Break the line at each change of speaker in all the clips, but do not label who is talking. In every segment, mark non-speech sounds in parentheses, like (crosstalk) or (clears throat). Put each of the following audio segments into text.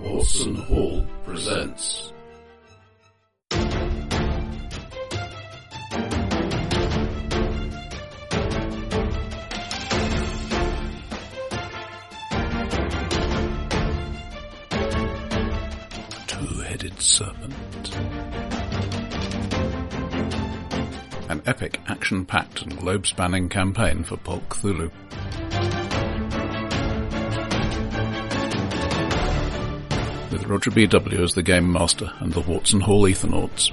Watson Hall presents. Two-Headed Serpent. An epic, action-packed and globe-spanning campaign for Pulp Cthulhu. with Roger B.W. as the Game Master and the Watson Hall Ethernauts.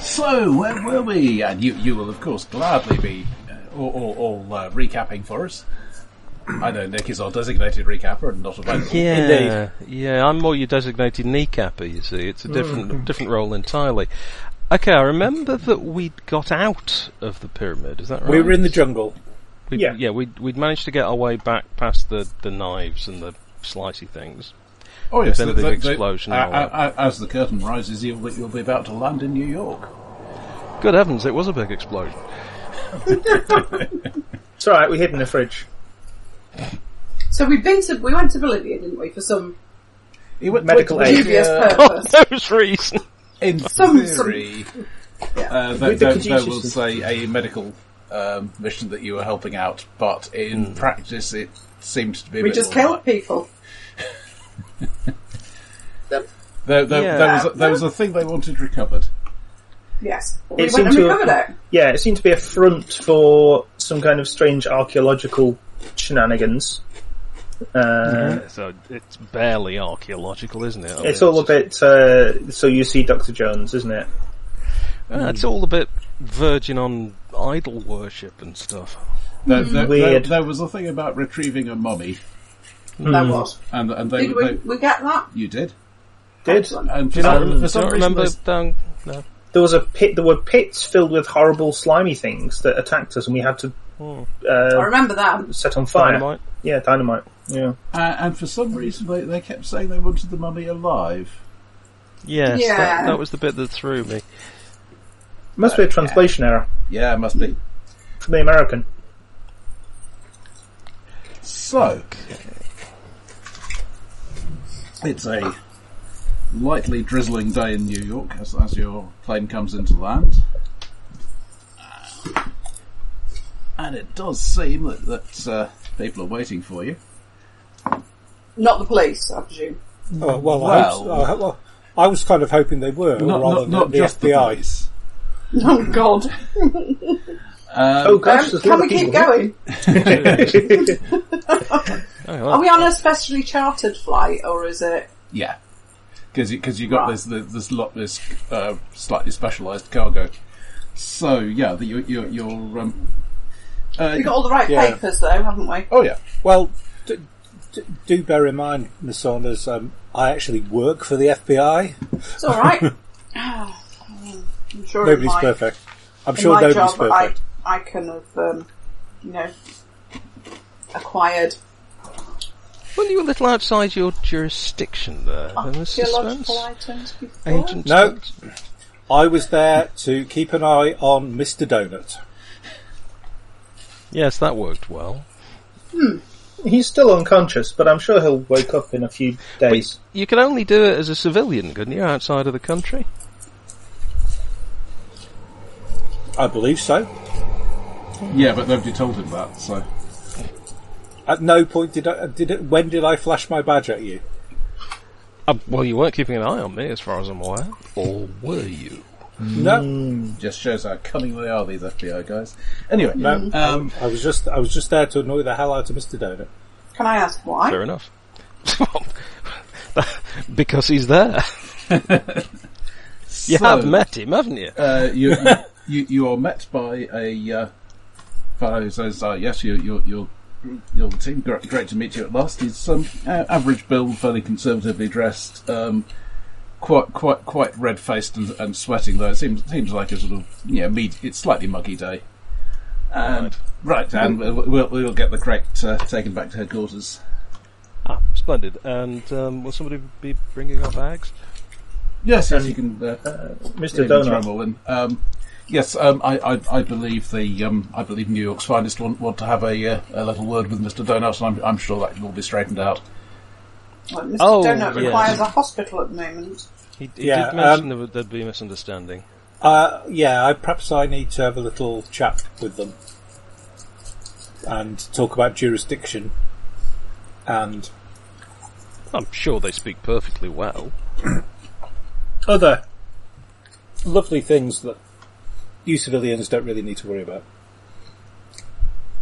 So, where were we? And you, you will, of course, gladly be uh, all, all, all uh, recapping for us. I know Nick is our designated recapper and not available.
Yeah, yeah. I'm more your designated kneecapper. You see, it's a
Mm-hmm.
different different role entirely. Okay, I remember that we'd got out of the pyramid. Is that right?
We were in the jungle.
We'd-
yeah.
yeah. We'd we'd managed to get our way back past the the knives and the slicey things.
Oh yes,
Definitive explosion
uh,
and all that.
uh, uh, as the curtain rises, you'll, you'll be about to land in New York.
Good heavens! It was a big explosion. (laughs)
It's alright, we hid in the fridge.
So we've been to, we went to Bolivia, didn't we, for some
You went-
Medical
went to
aid.
dubious
Bolivia,
purpose?
(laughs) Those reasons.
In
Some- some-
theory, uh, there,
With the
there- there
Caduceus
was a, a medical um, mission that you were helping out, but in
Hmm.
practice, it seemed to be. a
We
bit
just
more-
killed people.
There, there,
Yeah.
there was a, there was a thing they wanted recovered.
Yes. We went
seemed
and
to-
recovered it.
Yeah, it seemed to be a front for some kind of strange archaeological shenanigans. Uh,
So it's barely archaeological, isn't it? I mean,
It's all a bit, uh, so you see Dr. Jones, isn't it?
uh, it's all a bit virgin on idol worship and stuff.
There, there, there,
Hmm. Weird.
there was a thing about retrieving a mummy,
That was.
and and they,
Did we,
they
we get that?
you did.
Did?
Excellent.
And for
Do you not,
some-
do
for
you
some
not
reason
remember
they-
down? No.
There was a pit, there were pits filled with horrible slimy things that attacked us and we had to,
I
uh,
remember that.
set on fire.
Dynamite.
Yeah, dynamite. Yeah.
uh, and for some reason they, they kept saying they wanted the mummy alive.
Yes, that,
Yeah.
that was the bit that threw me.
Must be a translation error
Yeah, it must be.
from the American.
So it's a lightly drizzling day in New York as, as your plane comes into land, and it does seem that that uh, people are waiting for you.
Not the police, I presume. (laughs)
Oh, well, I,
Well-
hope so. I, well, I was kind of hoping they were,
Not,
rather
not,
than
not
the
just the
FBI.
police.
Oh God!
oh gosh,
Um,
there's a
can
lot
we
of
keep
people.
going?
Oh,
(laughs) Are
well,
we on a specially chartered flight, or is it?
Yeah, because because you got
Right.
this this this lot this uh, slightly specialised cargo. So yeah, the, your your, your um, uh,
We got all the right
Yeah.
papers, though, haven't we?
oh yeah,
Well, d- d- do bear in mind, Miss Saunders, um, I actually work for the FBI.
It's all right. Ah, I'm sure
Nobody's
in my,
perfect. I'm
In
sure
my
nobody's
job,
perfect.
I I can have um, you know acquired
weren't you a little outside your jurisdiction there,
Ah,
then, Mr. Spence?
archaeological items before.
Agent
No.
Spence?
I... was there to keep an eye on Mr. Donut.
Yes, that worked well.
He's still unconscious, but I'm sure he'll wake up in a few days.
You could only do it as a civilian, couldn't you, outside of the country?
I believe so.
yeah, but nobody told him that. So
At no point did I did it. When did I flash my badge at you?
Uh, well, you weren't keeping an eye on me, as far as I'm aware. Or were you?
No,
just shows how cunning they are, these FBI guys. Anyway,
no.
um,
I was just I was just there to annoy the hell out of Mr. Donut.
Can I ask why?
Fair enough. (laughs) because he's there. (laughs) You
so,
have met him, haven't you?
uh, you, you, you you are met by a uh, fellow who says, uh, "Yes, you you you." Your team, great, great to meet you at last. He's um, a- average build, fairly conservatively dressed, um, quite quite quite red faced and, and sweating though. It seems seems like a sort of yeah, med- it's slightly muggy day. And, right, and we'll, we'll we'll get the correct uh, taken back to headquarters.
Ah, splendid. And um, will somebody be bringing our bags?
Yes, yes, you can uh,
Mr.
Ravens
Donut.
Rumble in. Um, Yes, um, I, I, I believe the um, I believe New York's finest want, want to have a, uh, a little word with Mr. Donut, and I'm, I'm sure that will be straightened out.
Well, Mr.
Oh,
Donut
yeah.
requires a hospital at the moment.
He, he
Yeah,
did mention there would- there'd be a misunderstanding.
Uh, yeah, I, perhaps I need to have a little chat with them and talk about jurisdiction. And
I'm sure they speak perfectly well.
Other.
lovely things that you civilians don't really need to worry about.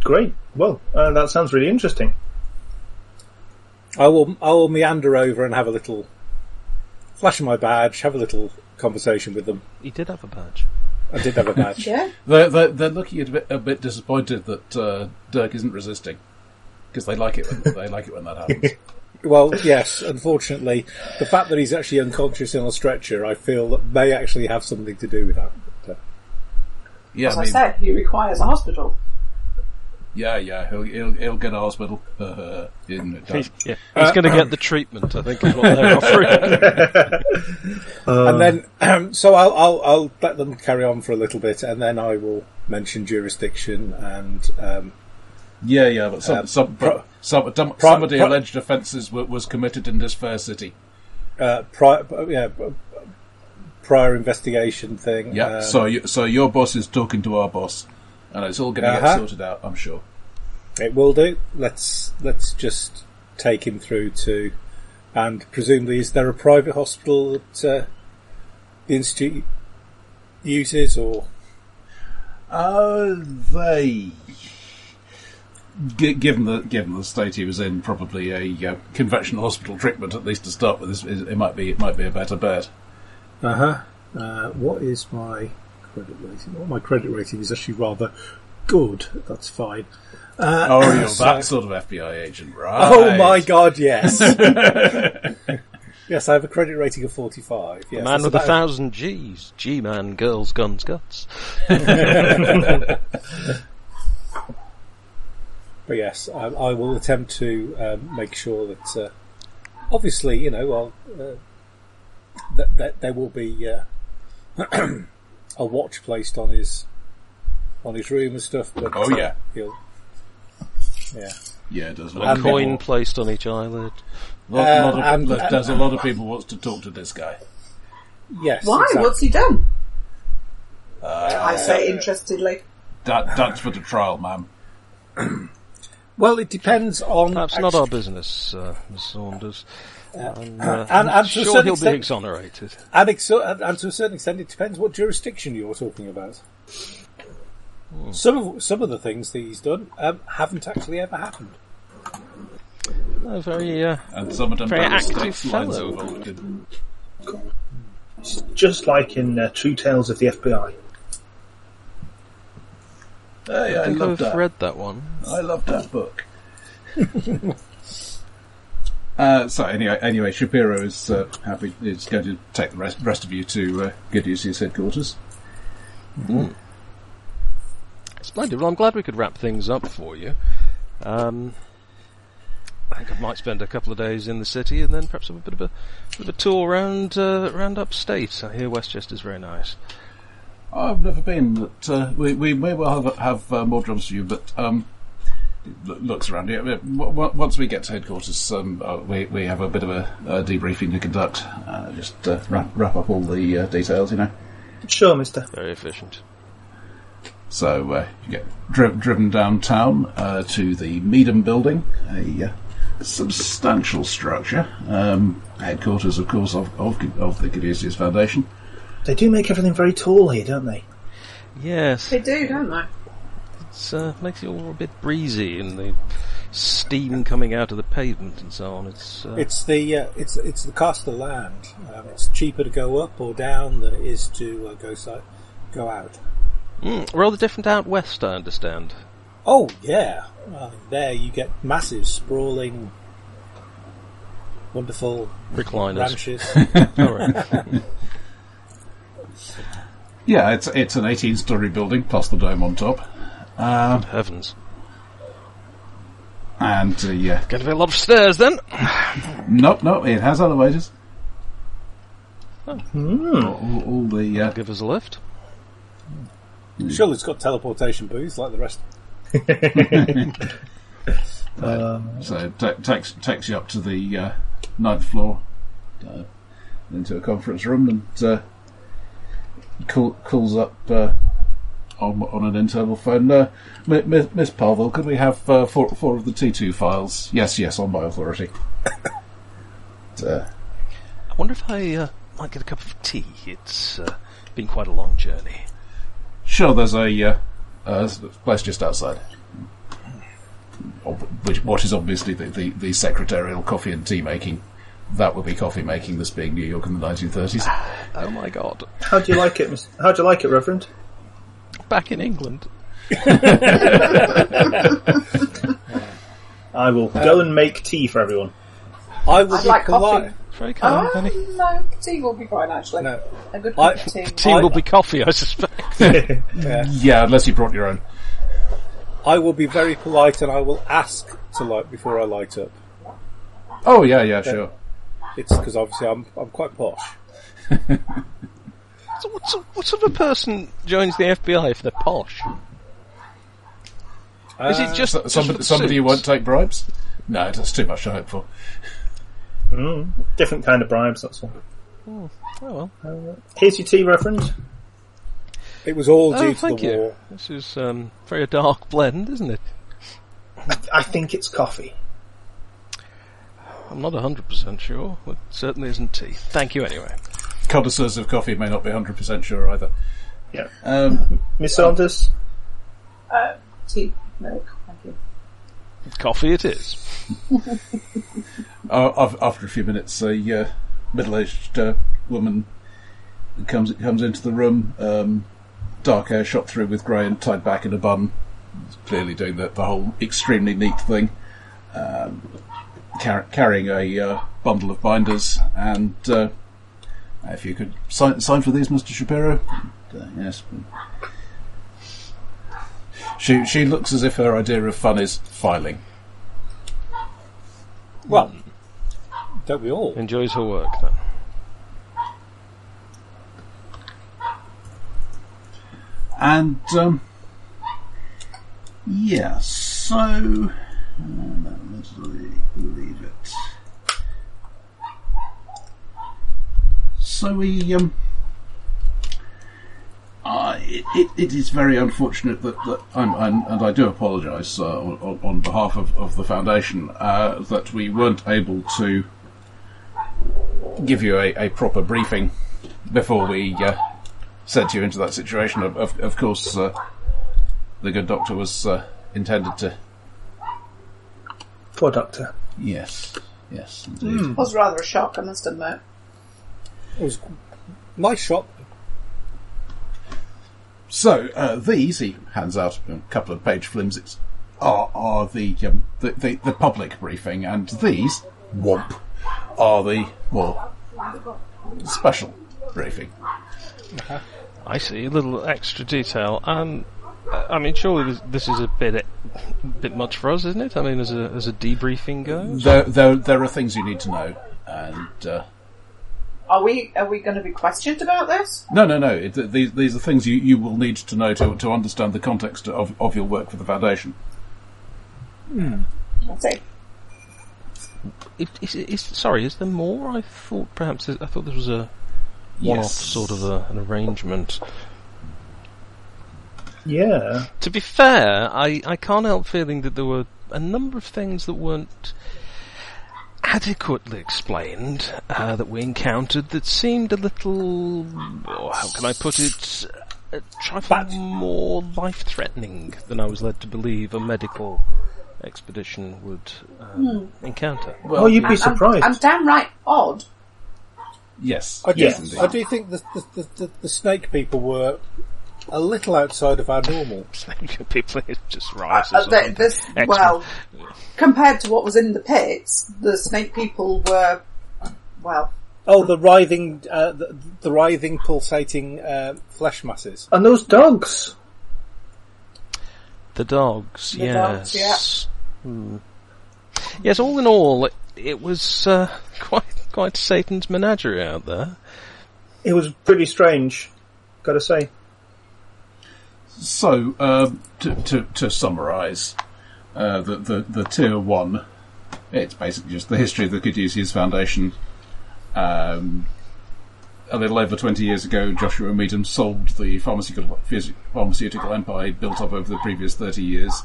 Great. Well, uh, that sounds really interesting.
I will I will meander over and have a little flash my badge, have a little conversation with them.
He did have a badge.
I did have a
(laughs)
badge.
Yeah.
They're, they're, they're looking a bit, a bit disappointed that uh, Dirk isn't resisting because they like it when, they like it when that
(laughs)
happens.
Well, yes, unfortunately, the fact that he's actually unconscious in a stretcher, I feel that may actually have something to do with that. But, uh,
Yeah,
As
I
I
mean,
said, he requires a hospital.
yeah, yeah. He'll, he'll, he'll get a hospital. (laughs) In it,
He's, going to get the treatment, I think is what they're offering.
and then, um, (clears throat) so I'll, I'll I'll let them carry on for a little bit, and then I will mention jurisdiction and um,
yeah, yeah. But some,
Um,
some,
pro-
some, some,
pro-
somebody
pro-
alleged offences was, was committed in this fair city.
uh, prior yeah prior investigation thing.
Yeah.
um,
so, you, so your boss is talking to our boss, and it's all going to
Uh-huh.
get sorted out. I'm sure.
It will do. Let's let's just take him through to, and presumably, is there a private hospital that uh, the institute uses, or
Uh, they. G- given the given the state he was in, probably a uh, conventional hospital treatment at least to start with. Is, is, it might be it might be a better bet.
uh-huh. uh What is my credit rating? Well, my credit rating is actually rather good. That's fine.
Oh,
(coughs)
you're that sort of FBI agent, right?
Uh, Oh my
(laughs)
god, yes. yes, I have a credit rating of forty-five. Yes,
Man
that's
with a
about-
thousand G's. G-man, girls, guns, guts.
But yes, I, I will attempt to um, make sure that, uh, obviously, you know, I'll, uh, that, that there will be uh, (clears throat) a watch placed on his on his room and stuff. But uh,
Oh, yeah.
he'll, yeah.
Yeah, it does.
A
And
coin placed on each eyelid.
Lot,
Uh,
lot of,
and- uh,
lot- there's a lot of people wants to talk to this guy.
Yes.
Why?
exactly.
What's he done?
Uh,
I say interestedly.
That, that's for the trial, ma'am.
Well, it depends on.
Perhaps not our business, uh, Miss Saunders. And, uh, I'm
and- and to a
sure
certain
he'll be
extent-
exonerated.
and, ex- and and to a certain extent, it depends what jurisdiction you're talking about. Some of some of the things that he's done um, haven't actually ever happened.
No, very, uh,
And some of them
Very
very
active
stakes lines
fellow.
involved in.
It's just like in uh, True Tales of the FBI.
Hey, I
I think
love
I've
that.
read that one.
I love that book. uh, so anyway, anyway, Shapiro is uh, happy. Is going to take the rest, rest of you to uh, Goody's headquarters.
Splendid. Well, I'm glad we could wrap things up for you. Um, I think I might spend a couple of days in the city and then perhaps have a bit of a, bit of a tour around uh, around upstate. I hear Westchester's very nice.
I've never been, but uh, we, we may well have, have uh, more jobs for you. But um, lo- looks around here. Uh, w- w- Once we get to headquarters, um, uh, we we have a bit of a, uh debriefing to conduct. Uh, just uh, wrap, wrap up all the uh, details, you know.
Sure, mister.
Very efficient.
So uh, you get dri- driven downtown uh, to the Meadham Building, a uh, substantial structure, um, headquarters, of course, of of, of the Caduceus Foundation.
They do make everything very tall here, don't they?
Yes,
They do, don't they?
it uh, makes it all a bit breezy and the steam coming out of the pavement and so on.
(laughs)
It's uh,
It's the uh, it's it's the cost of land. Um, it's cheaper to go up or down than it is to uh, go si- go out.
mm, rather different out west, I understand.
Oh yeah, I mean, there you get massive sprawling, wonderful
Recliners.
ranches.
Oh,
All (laughs) right.
Yeah, it's it's an 18-story building plus the dome on top,
Heavens.
and uh, yeah,
Going to be a lot of stairs then.
nope, nope, it has elevators. All, all- all the uh,
Give us a lift.
Surely it's got teleportation booths like the rest.
So ta takes takes you up to the uh, ninth floor, uh, into a conference room, and uh, call, calls up uh, on on an internal phone. Uh, "Mi- Mi- Miss Parville, can we have uh, four four of the T two files? Yes, yes, on my authority. (coughs) And, uh,
I wonder if I uh, might get a cup of tea. It's uh, been quite a long journey.
sure, there's a uh, uh, place just outside. Ob- Which, what is obviously the, the, the secretarial coffee and tea making. That would be coffee making, this being New York in the 1930s.
Oh my god.
How do you like it? Miss- How do you like it, Reverend?
Back in England.
I will go and make tea for everyone.
I would
I'd like
polite-
coffee.
Very kind,
Oh,
Ah.
Penny.
no, tea will be fine actually.
No.
A good
I-
cup of tea.
Tea will be coffee, I suspect. (laughs)
Yeah, unless you brought your own.
I will be very polite and I will ask to light before I light up.
Oh yeah, yeah, sure.
It's because obviously I'm I'm quite posh.
So what, sort- what sort of a person joins the FBI if they're posh? Is it just,
Uh, So,
just for
somebody,
the
somebody who
suits?
won't take bribes? No, that's too much to hope for.
Different kind of bribes, that's all.
Oh well.
Here's your tea, Reverend.
It was all due
Oh,
to the
thank you.
war.
This is um, very a dark blend, isn't it?
I think it's coffee.
I'm not hundred percent sure. It certainly isn't tea. Thank you anyway.
Connoisseurs of coffee may not be hundred percent sure either.
Yeah.
Um,
Uh, Miss Saunders?
Uh, tea, milk. Thank you.
Coffee it is.
a- Uh, af- after a few minutes, a uh, middle-aged uh, woman comes comes into the room, um, dark hair shot through with grey and tied back in a bun. Clearly doing the, the whole extremely neat thing, um, car- carrying a uh, bundle of binders. And uh, if you could sign, sign for these, Mister Shapiro. Uh, yes. She she looks as if her idea of fun is filing.
Well, don't we all?
Enjoys her work then.
And um, yeah, so uh, that was the- leave it. So we um, I it, it, it is very unfortunate that, that I'm, I'm and I do apologise uh, on, on behalf of, of the foundation uh, that we weren't able to give you a, a proper briefing before we uh, sent you into that situation. Of, of, of course, uh, the good doctor was uh, intended to.
Poor doctor.
Yes, yes, indeed.
Hmm.
It was rather a shock, I must admit.
It was nice shot.
So uh, these he hands out a couple of page flimsies are are the, um, the, the the public briefing, and these womp are the more special briefing.
I see a little extra detail. Um, I mean, surely this, this is a bit a bit much for us, isn't it? I mean, as a as a debriefing goes.
There there there are things you need to know, and. Uh,
Are we are we going to be questioned about this?
No, no, no. It, these, these are things you, you will need to know to, to understand the context of, of your work for the foundation.
I see.
Is, is, is, sorry, is there more? I thought perhaps I thought this was a one-off
Yes.
sort of a, an arrangement.
Yeah.
To be fair, I, I can't help feeling that there were a number of things that weren't adequately explained uh, that we encountered that seemed a little, oh, how can I put it, uh, a trifle more life-threatening than I was led to believe a medical expedition would um, encounter. (laughs)
oh, you'd be
I'm,
surprised.
I'm downright odd.
Yes.
I do,
Yes,
indeed.
I do think the, the, the, the, the snake people were a little outside of our normal.
People it just rises.
Uh,
up.
they- this-
X-Men.
well, compared to what was in the pits, the snake people were well.
Oh, the writhing, uh, the, the writhing, pulsating uh, flesh masses.
and those dogs.
The dogs,
The
yes.
dogs, yeah.
Hmm. Yes, all in all, it, it was uh, (laughs) quite quite Satan's menagerie out there.
It was pretty strange, gotta say.
So, um, to, to, to summarise, uh, the, the, the tier one, it's basically just the history of the Caduceus Foundation. Um, a little over 20 years ago, Joshua Meadham sold the pharmaceutical, phys- pharmaceutical empire he'd built up over the previous 30 years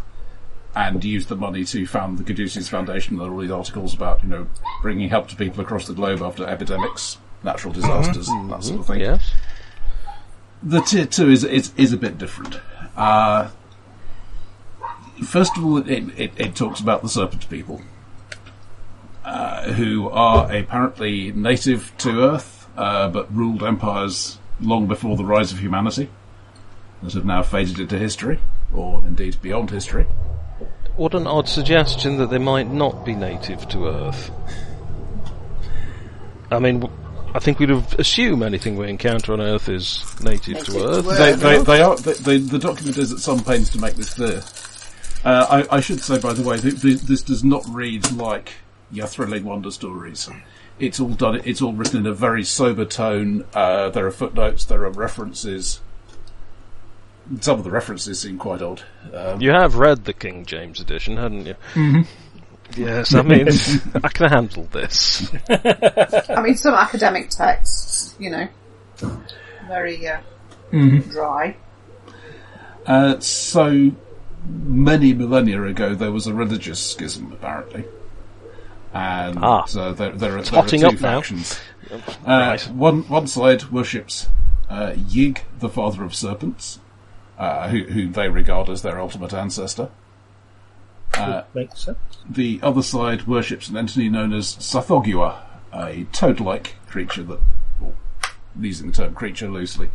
and used the money to found the Caduceus Foundation. There are all these articles about, you know, bringing help to people across the globe after epidemics, natural disasters, that sort of thing
Yes.
the tier two is is, is a bit different. Uh, first of all, it, it, it talks about the serpent people, uh, who are apparently native to Earth, uh, but ruled empires long before the rise of humanity, that have now faded into history, or indeed beyond history.
What an odd suggestion that they might not be native to Earth. I mean, w- I think we'd have assume anything we encounter on Earth is native,
Native
to
to
Earth.
Earth.
They, they, they are. They, they, the document is at some pains to make this clear. Uh, I, I should say, by the way, th- th- this does not read like your thrilling wonder stories. It's all done. It's all written in a very sober tone. Uh, there are footnotes. There are references. Some of the references seem quite odd. Um,
You have read the King James edition, hadn't you? Yes, I mean, (laughs) I can handle this.
I mean, some academic texts, you know, very uh,
Mm-hmm.
dry.
uh, so many millennia ago, there was a religious schism, apparently, and
Ah.
uh, there, there are, there are
hotting
two
up now.
factions. Uh,
Right.
one one side worships uh, Yig, the father of serpents, uh, who, who they regard as their ultimate ancestor.
Makes sense.
The other side worships an entity known as Sathogua, a toad-like creature that, well, using the term creature loosely,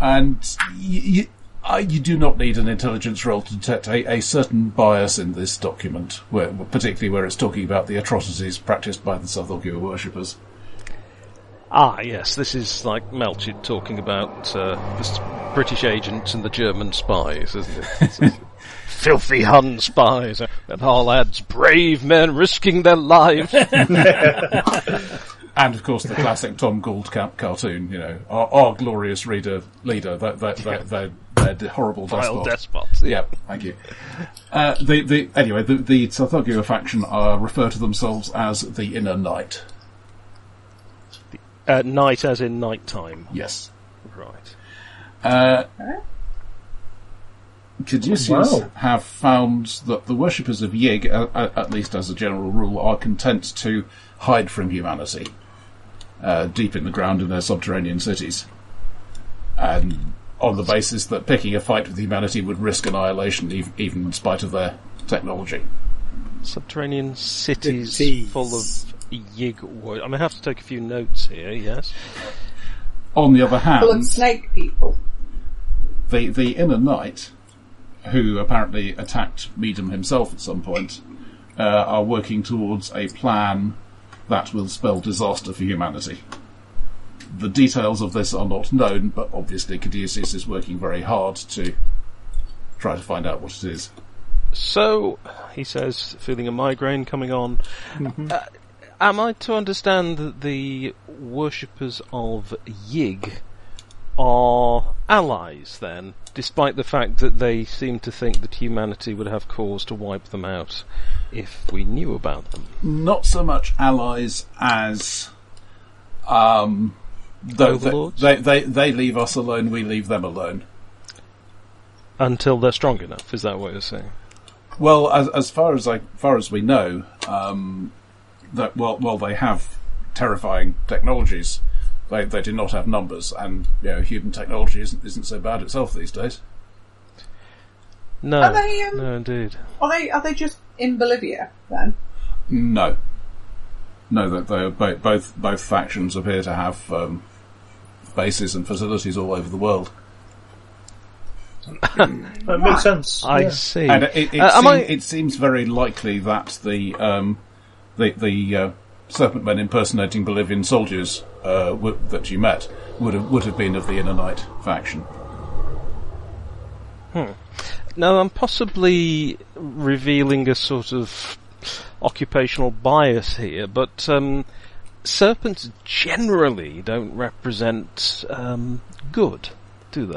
and y- y- uh, you do not need an intelligence role to detect a, a certain bias in this document, where, particularly where it's talking about the atrocities practiced by the Sathogua worshippers.
Ah, yes, this is like Melchett talking about uh, the s- British agents and the German spies, isn't it? Filthy Hun spies, uh, and our lads, brave men risking their lives.
And of course, the classic Tom Gould ca- cartoon. You know, our, our glorious reader leader, that that that that, that, horrible
Wild
despot.
despots.
yeah, thank you. Uh, the the anyway, the the Sathogua faction uh, refer to themselves as the Inner Knight.
At night, as in night time.
Yes,
Right.
Caduceus
Wow.
have found that the worshippers of Yig, uh, uh, at least as a general rule, are content to hide from humanity, uh, deep in the ground in their subterranean cities, and on the basis that picking a fight with humanity would risk annihilation, ev- even in spite of their technology.
Subterranean cities
Cities.
full of yig wood. I'm going to have to take a few notes here, yes.
On the other hand,
Blood snake people.
the the inner knight, who apparently attacked Meadham himself at some point, uh, are working towards a plan that will spell disaster for humanity. The details of this are not known, but obviously Caduceus is working very hard to try to find out what it is.
So, he says, feeling a migraine coming on. Uh, am I to understand that the worshippers of Yig are allies then, despite the fact that they seem to think that humanity would have cause to wipe them out if we knew about them?
Not so much allies as um, though
Overlords?
they, they they leave us alone, we leave them alone.
Until they're strong enough, is that what you're saying?
Well, as, as far as I, far as we know, um, that well, well, they have terrifying technologies. They they do not have numbers, and you know, human technology isn't isn't so bad itself these days.
No,
Are they, um,
no, indeed.
Are they? Are they just in Bolivia then?
No, no, that they both both both factions appear to have um, bases and facilities all over the world.
That Uh, makes sense.
I
yeah.
see.
And it, it,
Uh, am
seem-
I-
it seems very likely that the um, the, the uh, serpent men impersonating Bolivian soldiers uh, w- that you met would have would have been of the Inner Knight faction.
No, I'm possibly revealing a sort of occupational bias here, but um, serpents generally don't represent um, good, do they?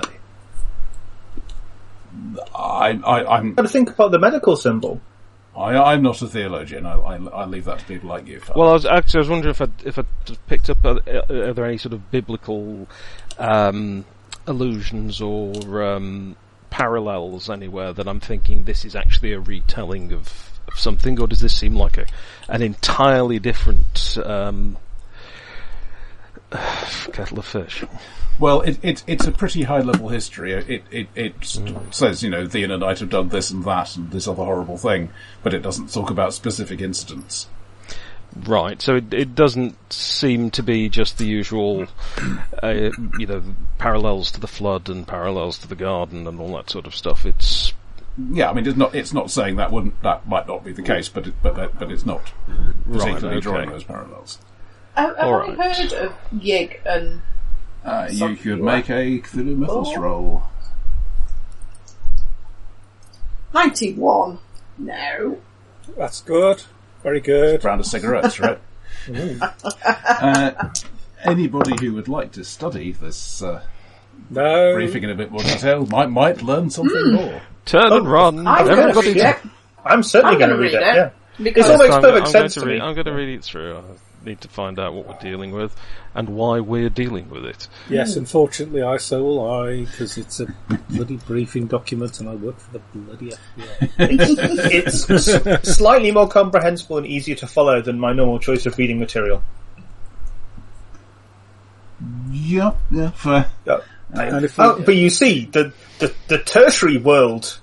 I, I, I'm,
Got to think about the medical symbol.
I, I'm not a theologian. I, I, I leave that to people like you. Father.
Well, I was actually I was wondering if I if I picked up are, are there any sort of biblical um, allusions or um, parallels anywhere that I'm thinking this is actually a retelling of, of something, or does this seem like a an entirely different um, (sighs) kettle of fish?
Well, it, it, it's a pretty high level history. It it, it says you know the and Knight have done this and that and this other horrible thing, but it doesn't talk about specific incidents.
Right, so it, it doesn't seem to be just the usual, uh, you know, parallels to the flood and parallels to the garden and all that sort of stuff. It's
Yeah, I mean it's not it's not saying that wouldn't that might not be the case, but it, but that- but it's not particularly
okay.
drawing those parallels.
Have, have
All
I
right.
heard of Yig and
Uh, you
Something
could
like-
make a Cthulhu Mythos
Oh.
roll.
91? No.
That's good. Very good.
round of cigarettes, right? uh, anybody who would like to study this uh,
No.
briefing in a bit more detail might might learn something more.
turn
Oh,
and run.
I'm going to
everybody
read it.
I'm
I'm
certainly
going
going
to read it.
Yeah. It's
Because
all
Yes,
makes
I'm,
perfect
I'm
sense
going
to
to read,
me.
I'm going to read it through. I need to find out what we're dealing with and why we're dealing with it.
Yes, unfortunately, I so will I because it's a bloody briefing document, and I work for the bloody FBI.
it's s- slightly more comprehensible and easier to follow than my normal choice of reading material.
Yeah, yeah, fair.
Uh,
And if
oh,
you,
but you see, the, the, the tertiary world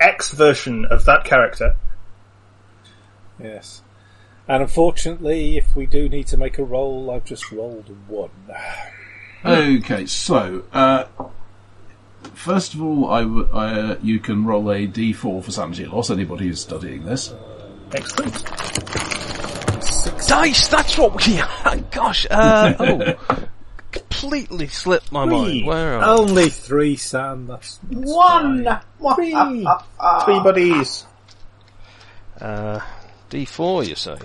X version of that character.
yes, and unfortunately, if we do need to make a roll, I've just rolled one.
Hmm. Okay, so uh, first of all, I w- I, uh, you can roll a d4 for sanity loss. Anybody who's studying this,
Excellent.
Dice, that's what we. Gosh, (laughs) uh, oh, completely slipped my mind.
Three.
Where are
Only three, Sam. That's
one. (laughs) Wah,
Three.
ah, ah, ah.
Three buddies.
uh, D4? You say?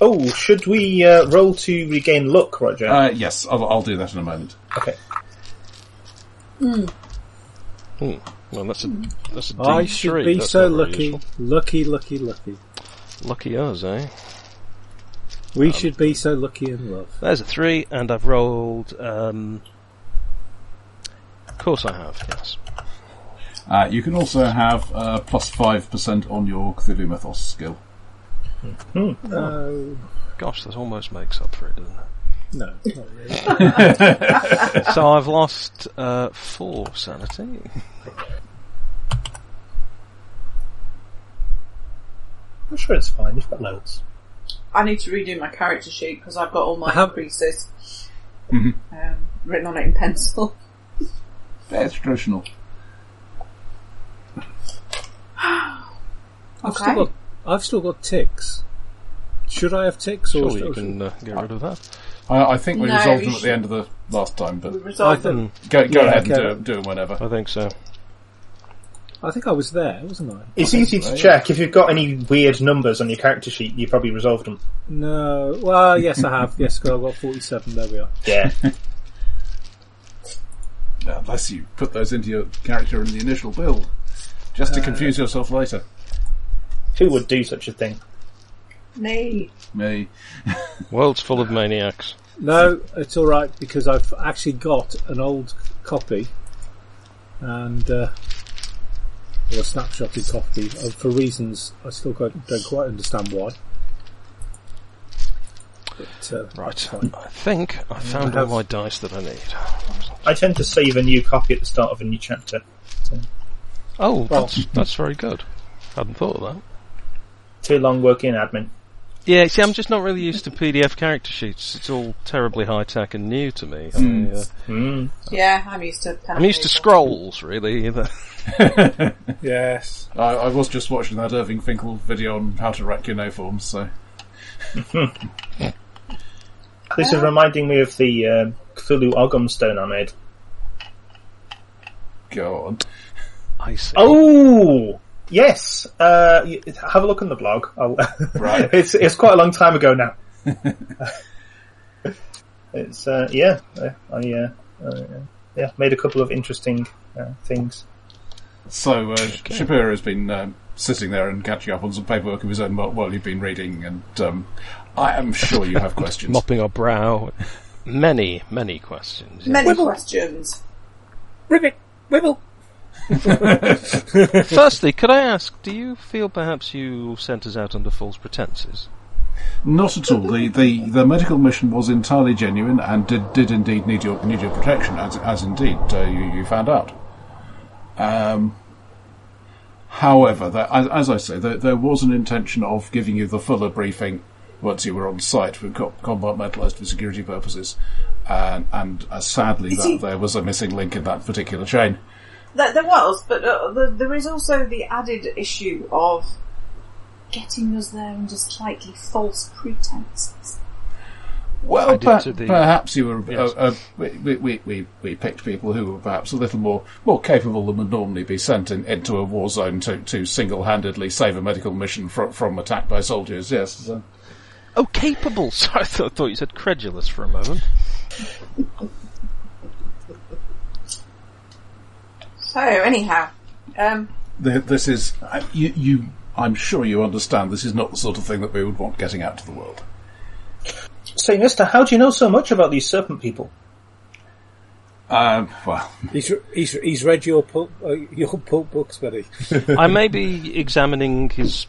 Oh, should we uh, roll to regain luck, Roger?
uh, yes, I'll, I'll do that in a moment.
okay.
Hmm. Well, that's a that's a D3.
I should be
that's
so
not very
lucky,
useful.
lucky, lucky, lucky.
Lucky us, eh?
We
Um,
should be so lucky in love.
There's a three, and I've rolled. Um, of course, I have. Yes.
Uh, you can also have uh, plus five percent on your Cthulhu Mythos skill.
No,
Gosh, that almost makes up for it, doesn't it?
no, not really.
(laughs) so I've lost uh, four sanity.
I'm sure it's fine. You've got loads.
I need to redo my character sheet because I've got all my
I
Uh-huh.
have-
increases
Mm-hmm.
um, written on it in pencil.
That's traditional.
Oh,
I've
Okay.
still got, I've still got ticks. Should I have ticks, or
Surely you
or-
can uh, get rid of that.
I, I think we
No,
resolved
you
them at
should-
the end of the last time, but
We resolved
I
them.
think-
Hmm,
Go, go
Yeah,
ahead and
okay.
do it, do it whenever.
I think so.
I think I was there, wasn't I?
It's easy to
right.
check. If you've got any weird numbers on your character sheet, you probably resolved them.
No. Well, yes, I have. Yes, I've got 47. There we are.
(laughs)
Yeah.
Unless you put those into your character in the initial build, just to confuse yourself later.
Who would do such a thing?
Me.
Me.
World's full of maniacs.
No, it's all right because I've actually got an old copy and uh, or a snapshotted copy uh, for reasons I still quite, don't quite understand why. But, uh,
Right. I think I found all
have-
my dice that I need.
I tend to save a new copy at the start of a new chapter.
Oh, that's that's very good. Hadn't thought of that.
Too long working in admin.
Yeah, see, I'm just not really used to PDF character sheets. It's all terribly high tech and new to me. I, uh,
Mm.
Yeah, I'm used to. pen
I'm used to
and paper.
scrolls, really. (laughs) The-
Yes.
I, I was just watching that Irving Finkel video on how to rack your no forms, so.
This is
Uh-huh.
reminding me of the uh, Cthulhu Ogam stone I made.
Go on.
I see.
Oh! Yes! Uh, y- have a look on the blog. I'll (laughs)
Right.
it's, it's quite a long time ago (laughs) now. it's, uh, yeah. I, I, uh, I, uh, yeah, made a couple of interesting uh, things.
So uh, Shapiro has been um, sitting there and catching up on some paperwork of his own while- while you've been reading, and um, I am sure you have questions.
mopping our brow. Many, many questions.
Many questions.
Ribbit, wibble.
(laughs)
Firstly, could I ask, do you feel perhaps you sent us out under false pretenses?
Not at all. The, the the medical mission was entirely genuine and did, did indeed need your need your protection, as, as indeed uh, you, you found out. Um, however, there, as, as I say, there, there was an intention of giving you the fuller briefing once you were on site, for co- compartmentalised for security purposes, and, and uh, sadly, that,
see-
there was a missing link in that particular chain.
There, there was, but uh, the, there is also the added issue of getting us there under slightly false pretenses.
Well,
did
per-
to the-
perhaps you were.
Yes.
Uh, uh, we, we, we, we picked people who were perhaps a little more more capable than would normally be sent in, into a war zone to, to single handedly save a medical mission from, from attack by soldiers. Yes, so-
Oh, capable! (laughs) Sorry, I thought, thought you said credulous for a moment.
So, anyhow, um,
Th this is I- you, you. I'm sure you understand. This is not the sort of thing that we would want getting out to the world.
Say, Mister, how do you know so much about these serpent people?
Um, well,
He's, re- he's, he's read your pulp, uh, your pulp books, buddy.
I may be examining his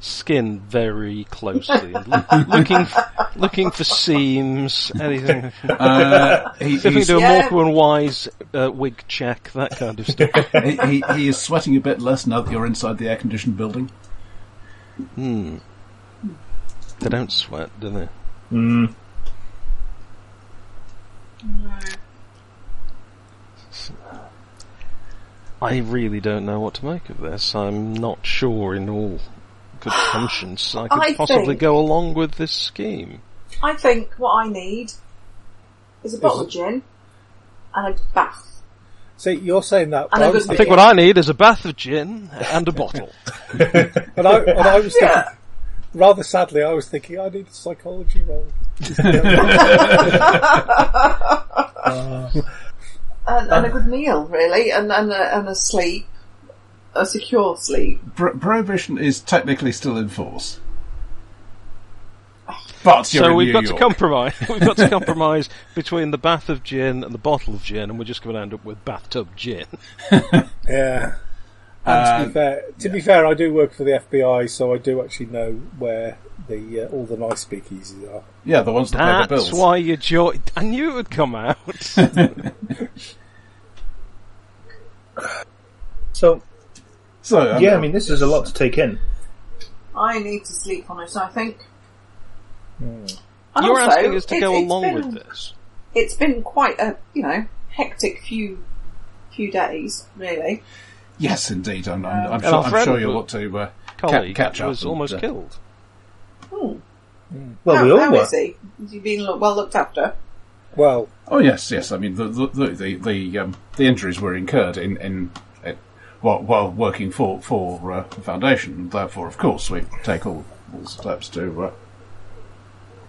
skin very closely, and (laughs) loo- looking f- looking for seams, (laughs) anything.
uh, (laughs) he,
If we
he's-
do a
Yeah.
Walker and Wise uh, wig check, that kind of stuff.
(laughs) he, he, he is sweating a bit less now that you're inside the air conditioned building.
they don't sweat, do they?
Hmm.
I really don't know what to make of this. I'm not sure in all good conscience I could
I
possibly
think-
go along with this scheme.
I think what I need is a bottle of gin and a bath.
See, you're saying that,
And
but I
it
was
was
I
thinking,
think what I need is a bath of gin and
(laughs)
a bottle.
but I, but I was thinking,
Yeah.
rather sadly, I was thinking I need a psychology role.
And,
Um,
and a good meal, really, and and a, and a sleep, a secure sleep.
Pro- prohibition is technically still in force. But you're
so
in
we've
New
got
York. (laughs)
to compromise. we've got to compromise between the bath of gin and the bottle of gin, and we're just going to end up with bathtub gin.
Yeah. Um, And to be fair, to be fair, I do work for the FBI, so I do actually know where the uh, all the nice speakeasies are.
Yeah, the ones that pay the
That's
bills.
why you joined. I knew it would
(laughs)
come out.
So,
So um,
yeah, I mean, this is a lot to take in.
I need to sleep on it. I think. And
Hmm. You're
also,
asking us to
it-
go
it's
along
been-
with this.
It's been quite a you know hectic few few days, really.
yes, indeed. I'm,
uh,
I'm, I'm,
And our
sure, I'm
friend
sure you'll
who-
want to uh, ca-
Colleague
catch up.
was
and,
almost
uh,
killed.
Hmm.
Well,
how,
we all
how
were.
is he? Is he being look, well looked after?
Well,
Oh yes, yes. I mean, the the the the, the, um, the injuries were incurred in in. in while, while working for for uh, the foundation, therefore, of course, we take all, all steps to uh,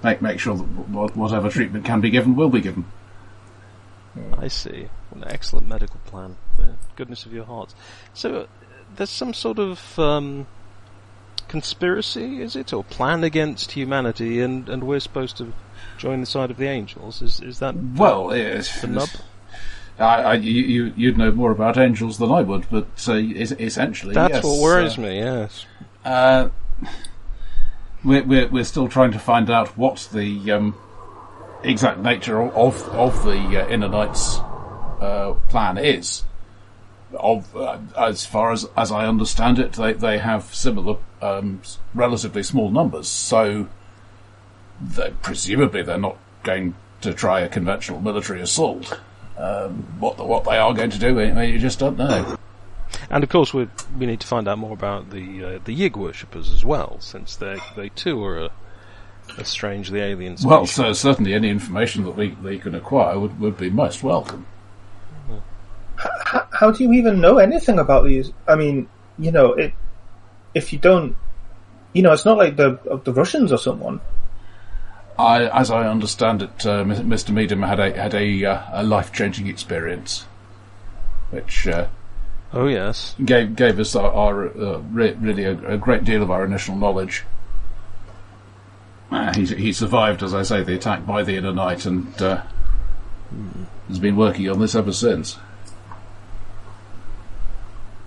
make make sure that wh- whatever treatment can be given will be given.
I see. What an excellent medical plan. The goodness of your hearts. So, uh, there's some sort of um, conspiracy, is it, or plan against humanity, and, and we're supposed to join the side of the angels? Is is that
Well, it,
the nub?
I, I, you, you- you'd know more about angels than I would, but uh, es- essentially,
That's
yes,
what worries me. Yes.
uh, uh, we're, we're we're still trying to find out what the um, exact nature of of, of the uh, Inner Knights uh, plan is. Of, uh, as far as, as I understand it, they, they have similar, um, s- relatively small numbers, so they, presumably they're not going to try a conventional military assault. Um, what, what they are going to do, I mean, you just don't know.
And of course, we we need to find out more about the uh, the Yig worshippers as well, since they they too are a, a strangely alien species.
Well, so certainly any information that we, we can acquire would, would be most welcome.
H- How do you even know anything about these? I mean, you know, it, if you don't, you know, it's not like the of the Russians or someone.
I, as I understand it, uh, Mis- Mr. Meadham had a had a, uh, a life changing experience, which uh,
Oh yes.
gave gave us our, our uh, re- really a, a great deal of our initial knowledge. Uh, he, he survived, as I say, the attack by the inner night, and uh, has been working on this ever since.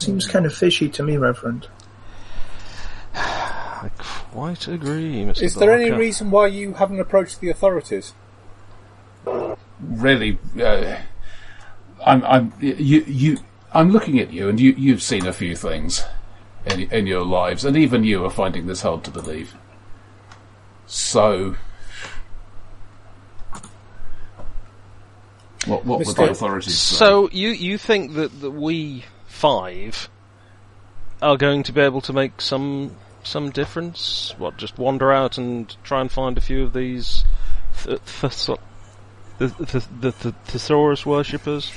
Seems kind of fishy to me, Reverend.
I quite agree, Mr.
Is there any
Barker.
reason why you haven't approached the (laughs) authorities?
Really, uh, I'm I'm you you I'm looking at you, and you you've seen a few things in in your lives, and even you are finding this hard to believe. So. What, what would
Mr.
the authorities say?
So you you think that, that we five are going to be able to make some some difference? What? Just wander out and try and find a few of these th- th- the the the, the thesaurus worshippers.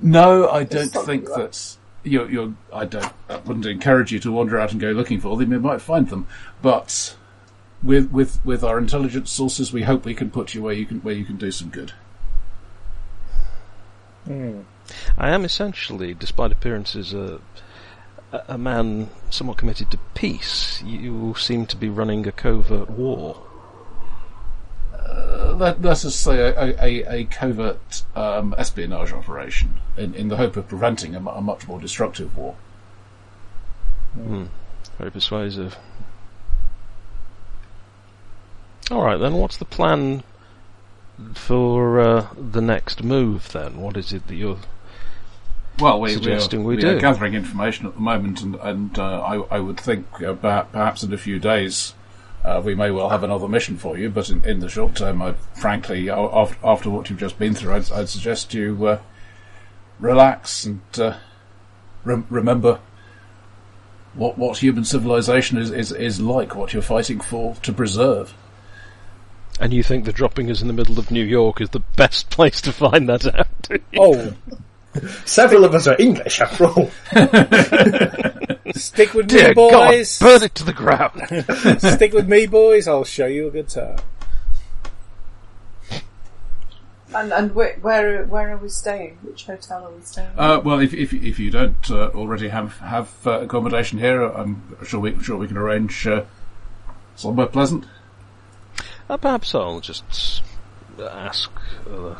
No, I don't think that's. You're, you're, I don't. I wouldn't encourage you to wander out and go looking for them. You might find them, but with with with our intelligence sources, we hope we can put you where you can where you can do some good.
I am essentially, despite appearances, a a- a man somewhat committed to peace. You seem to be running a covert war.
Let, let us say a, a- a, a covert um, espionage operation in, in the hope of preventing a, mu- a much more destructive war.
Very persuasive. All right, then. What's the plan for uh, the next move? Then, what is it that you're?
Well, we,
Suggesting
we, are,
we
are
do.
gathering information at the moment, and, and uh, I, I would think uh, perha- perhaps in a few days uh, we may well have another mission for you. But in, in the short term, I, frankly, a- af- after what you've just been through, I'd, I'd suggest you uh, relax and uh, rem- remember what what human civilization is, is, is like, what you're fighting for to preserve.
And you think the dropping us in the middle of New York is the best (laughs) place to find that out? do you?
Oh,
Several of us are English, after all.
stick with me,
Dear God,
boys.
burn it to the ground!
stick with me, boys. I'll show you a good time.
And and where where, where are we staying? Which hotel are we staying? at?
Uh, well, if, if if you don't uh, already have have uh, accommodation here, I'm sure we sure we can arrange uh, somewhere pleasant.
Uh, perhaps I'll just ask uh, the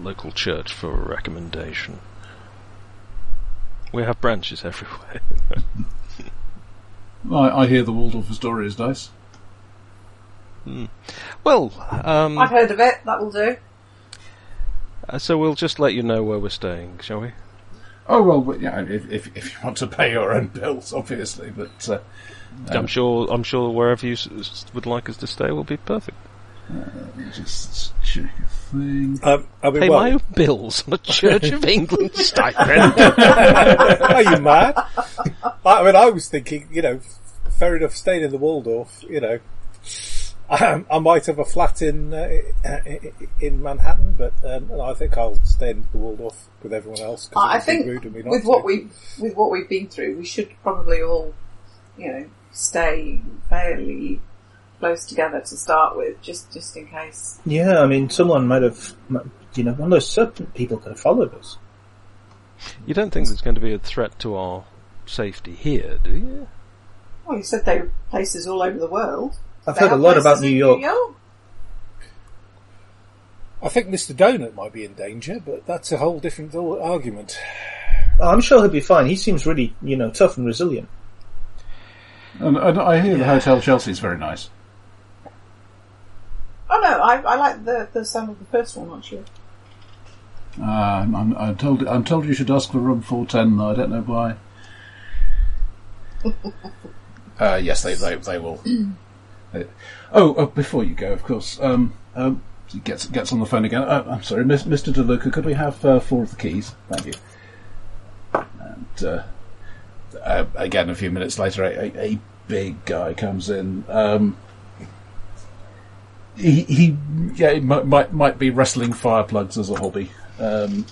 local church for a recommendation. We have branches everywhere. (laughs)
I, I hear the Waldorf Astoria is nice.
well, um,
I've heard of it. That will do.
uh, so we'll just let you know where we're staying, shall we?
Oh well, but, yeah, if, if if you want to pay your own bills, obviously, but uh,
I'm sure. I'm sure wherever you s- s- would like us to stay will be perfect.
just check a thing.
Um, I mean,
Pay
well,
my own bills (laughs) on a Church of (laughs) England stipend.
Are you mad? I mean, I was thinking, you know, f- fair enough, staying in the Waldorf, you know, Um, I, I might have a flat in uh, in Manhattan, but um, I think I'll stay in the Waldorf with everyone else. 'cause it
I I
would be rude of me
think
not
with
to.
what we with what we've been through, we should probably all, you know, stay fairly close together to start with, just just in case.
(laughs) Yeah, I mean, someone might have, might- you know, one of those serpent people could have followed us.
you don't think there's going to be a threat to our safety here, do you?
Well, you said they were places all over the world.
I've
They
heard a
have
lot
places
about
in
New York.
I think Mr. Donut might be in danger, but that's a whole different al- argument.
Oh, I'm sure he'll be fine. He seems really, you know, tough and resilient.
And, and I hear the Hotel Chelsea is very nice.
Oh no, I, I like the the sound of the first one actually.
Uh, I'm, I'm, I'm told I'm told you should ask for room four ten. though I don't know why. (laughs) uh, yes, they they, they (clears throat) will. Uh, oh, oh, before you go, of course. Um, um, he gets gets on the phone again. Uh, I'm sorry, Miss, Mr. DeLuca. Could we have uh, four of the keys? Thank you. And uh, uh, again, a few minutes later, a, a, a big guy comes in. Um, he, he yeah, he might, might might be wrestling fireplugs as a hobby. Um,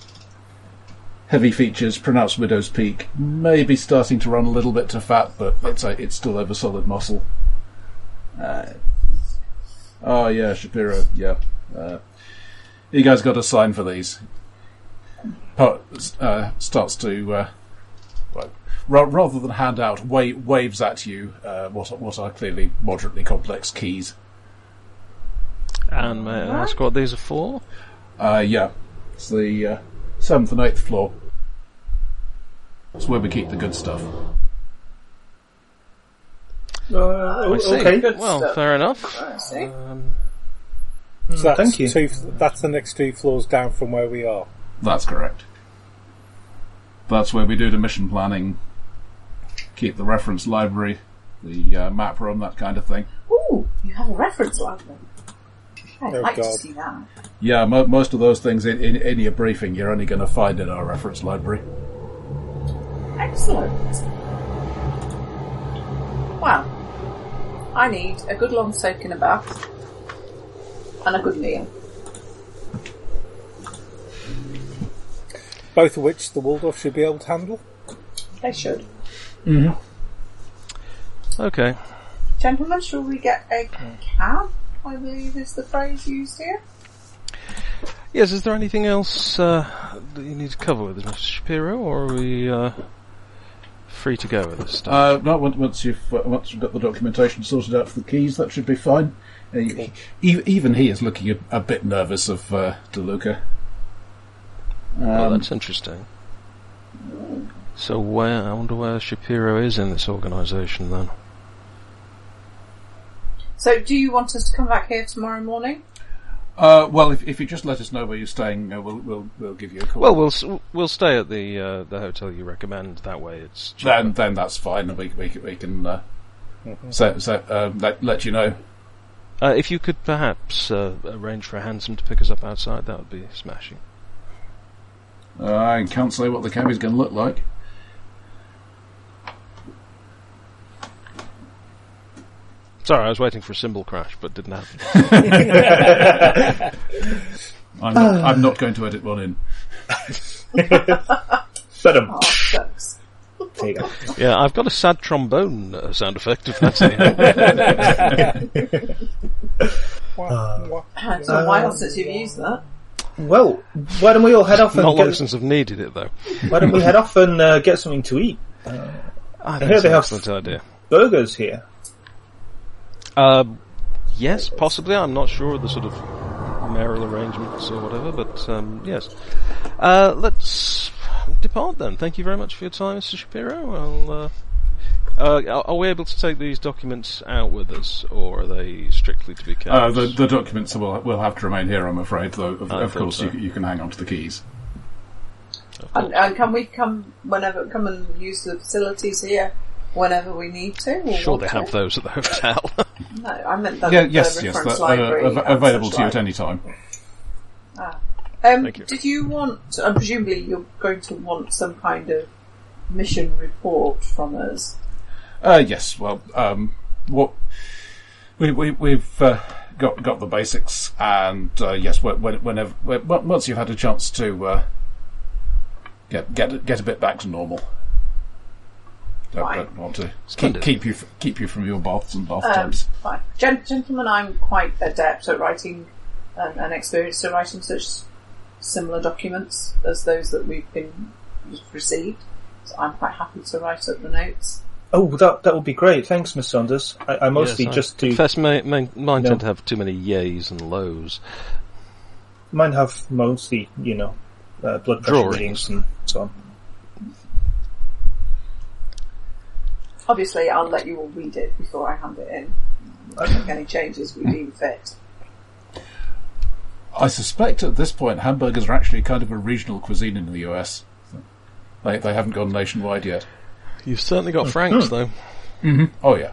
heavy features, pronounced widow's peak, maybe starting to run a little bit to fat, but it's a, it's still over solid muscle. Uh, oh yeah, Shapiro, yeah. Uh, you guys got a sign for these. Po- uh, starts to uh, like, ra- rather than hand out wa- waves at you uh, what what are clearly moderately complex keys.
And may I ask what these are for?
Uh, yeah, it's the uh, seventh and eighth floor. It's where we keep the good stuff.
Uh,
I see.
okay.
Good
well,
stuff.
fair enough.
I see.
Um,
So that's
Mm, thank you.
Two, that's the next two floors down from where we are.
That's correct. That's where we do the mission planning, keep the reference library, the uh, map room, that kind of thing.
Ooh, you have a reference library. I'd
Oh,
like to
God.
see that.
Yeah, mo- most of those things in, in, in your briefing, you're only going to find in our reference library.
Excellent. Well, I need a good long soak in a bath and a good meal.
Both of which the Waldorf should be able to handle.
They should.
okay.
Gentlemen, shall we get a cab? I believe is the phrase used here.
Yes, is there anything else uh, that you need to cover with us, Mr. Shapiro, or are we uh, free to go with this stuff?
Uh, no, on- once you've uh, once you've got the documentation sorted out for the keys, that should be fine. Uh, e- e- Even he is looking a, a bit nervous of uh, Deluca.
oh, that's interesting. So where, I wonder where Shapiro is in this organisation then.
So, do you want us to come back here tomorrow morning?
Uh, well, if, if you just let us know where you're staying, uh, we'll, we'll we'll give you a call.
Well, we'll s- we'll stay at the uh, the hotel you recommend. That way, it's cheap.
then then that's fine, and we we can- we can uh, so, so, um, let let you know.
Uh, if you could perhaps uh, arrange for a hansom to pick us up outside, that would be smashing.
Uh, I can't say what the cab is going to look like.
Sorry, I was waiting for a cymbal crash, but didn't happen.
I'm not, I'm not going to edit one in.
Set 'em.
Oh, shucks.
There you go.
yeah, I've got a sad trombone uh, sound effect. If that's it.
Wah, wah.
(laughs) It's
Uh,
been a while since you've used that.
Well, why don't we all
(laughs)
head off and
Not long
get,
since I've needed it though.
why don't we head off and uh, get something to eat?
I
hear
think it's
they
an
have-
excellent idea.
Burgers here.
Um, yes, possibly. I'm not sure of the sort of mayoral arrangements or whatever, but um, yes. Uh, let's depart then. Thank you very much for your time, Mr. Shapiro. I'll, uh, uh, are- are we able to take these documents out with us, or are they strictly to be kept?
Uh, the the documents will will have to remain here, I'm afraid. Though of,
I
Ah, of
thought
course
so.
you, you can hang on to the keys.
And, and can we come whenever, come and use the facilities here whenever we need to? or
sure,
want
they
to?
have those at the hotel.
No, I meant that.
Yeah,
the
yes, yes,
reference
that, uh,
library
av-
and
available
such
to you
like.
at any time.
Um,
Thank you.
Did you want? And presumably, you're going to want some kind of mission report from us.
Uh, yes, well, um, what we, we we've uh, got got the basics, and uh, yes, when, when- whenever when, on- once you've had a chance to uh, get get get a bit back to normal. Don't,
Right.
don't want to keep,
Splendid.
keep you f- keep you from your baths and
Um,
bathtubs.
right. Gen- gentlemen, I'm quite adept at writing um, and experienced at writing such similar documents as those that we've been received. So I'm quite happy to write up the notes.
Oh, that that would be great. Thanks, Miss Saunders. I, I (laughs) mostly
Yes, I
just do
Confess, my, my, mine
No.
tend to have too many yays and lows.
mine have mostly you know uh, blood pressure
Drawings.
readings and so on.
Obviously, I'll let you all read it before I hand it in. I'll make any changes we deem fit.
I suspect at this point hamburgers are actually kind of a regional cuisine in the US. They they haven't gone nationwide yet.
You've certainly got Franks, though.
Oh yeah.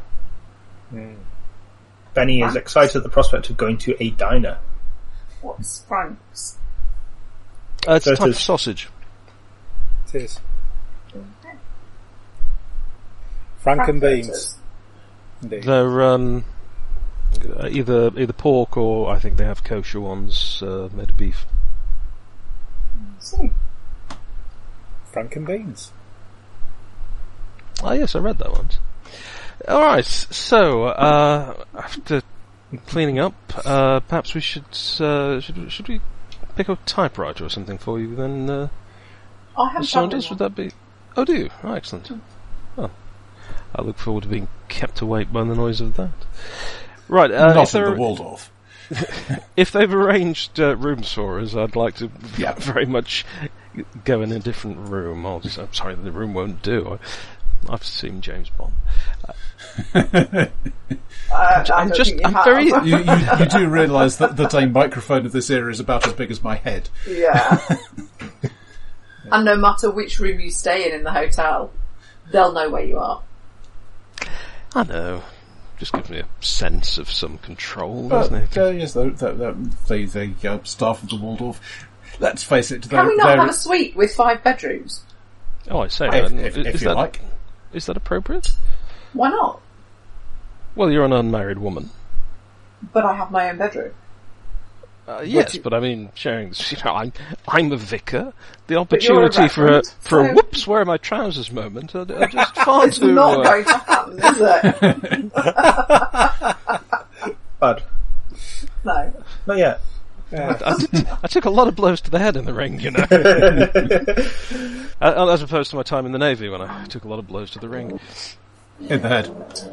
Benny is excited at the prospect of going to a diner.
What's Frank's?
Uh, it's a
That
type of
is-
sausage.
It is. Frank and
Frankfurters.
beans. Indeed.
They're um, either either pork or I think they have kosher ones uh, made of beef.
See.
Frank and beans.
Ah, yes, I read that once. All right, so uh, after cleaning up, uh, perhaps we should uh, should should we pick a typewriter or something for you then, uh,
I haven't
Miss
found
Saunders?
one.
Would that be? Oh, do you? Oh, excellent. Oh, I look forward to being kept awake by the noise of that. Right, uh, if,
Not in
there
the
are-
Waldorf. (laughs)
if they've arranged uh, rooms for us, I'd like to (laughs)
Yeah.
very much go in a different room. I'll just, I'm sorry, the room won't do. I, I've seen James Bond.
Uh, I
I'm
don't
just,
think you
I'm
have.
very, (laughs)
You, you, you do realise that, that a microphone of this era is about as big as my head.
Yeah. and no matter which room you stay in in the hotel, they'll know where you are.
I know. Just gives me a sense of some control,
But,
doesn't it?
uh, yes, the, the, the, the, the uh, staff of the Waldorf. Let's face it,
Can
they're-
we not
they're-
have a suite with five bedrooms?
Oh, I say, I
if,
don't know.
if-
is,
if you
that,
like.
is that appropriate?
Why not?
Well, you're an unmarried woman.
But I have my own bedroom.
Uh, yes,
you-
but I mean, sharing. this- (laughs) You know, I'm I'm a vicar. The
you're a
opportunity for a
reverend,
for a
so-
whoops, where are my trousers moment are, are just far
(laughs) It's
too.
not
uh,
going to happen,
(laughs)
is it?
Bad.
No.
Not
(laughs)
yet.
I, did- (laughs) I took a lot of blows to the head in the ring, you know. Uh, As opposed to my time in the navy when I took a lot of blows to the ring.
in the head.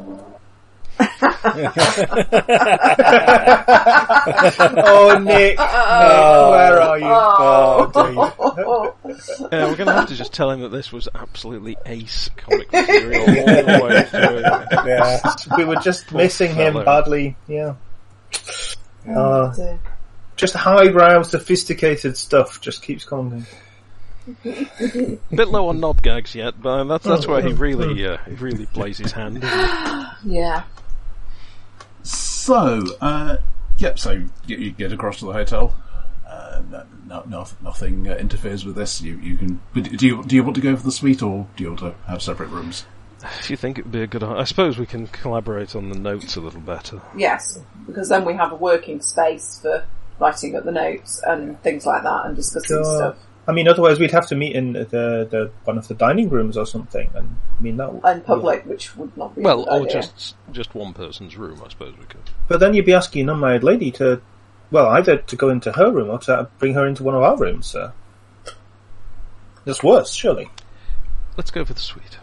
Oh,
(laughs)
Nick. Nick, where are you?
Oh.
Oh,
Yeah, Uh, we're going to have to just tell him that this was absolutely ace comic material all the way through.
Yeah.
dear. we were
(laughs)
just missing him
fellow.
badly. Yeah. Uh,
Dear.
just highbrow, sophisticated stuff just keeps coming. in.
Bit low on knob gags yet, but uh, that's that's where he really uh, he really plays his hand. isn't he?
Yeah.
So, uh, yep, so you, you get across to the hotel. Uh, no, no, no- nothing uh, interferes with this. You, you can. but Do you do you want to go for the suite or do you want to have separate rooms?
If you think it would be a good, I suppose we can collaborate on the notes a little better.
Yes. Because then we have a working space for writing up the notes and things like that and discussing
God.
stuff.
I mean, otherwise we'd have to meet in the, the one of the dining rooms or something. And I mean that.
And public, which would not be a
Well,
good
or
idea.
just just one person's room, I suppose we could.
But then you'd be asking an unmarried lady to, well, either to go into her room or to bring her into one of our rooms. So. That's worse, surely.
Let's go for the suite.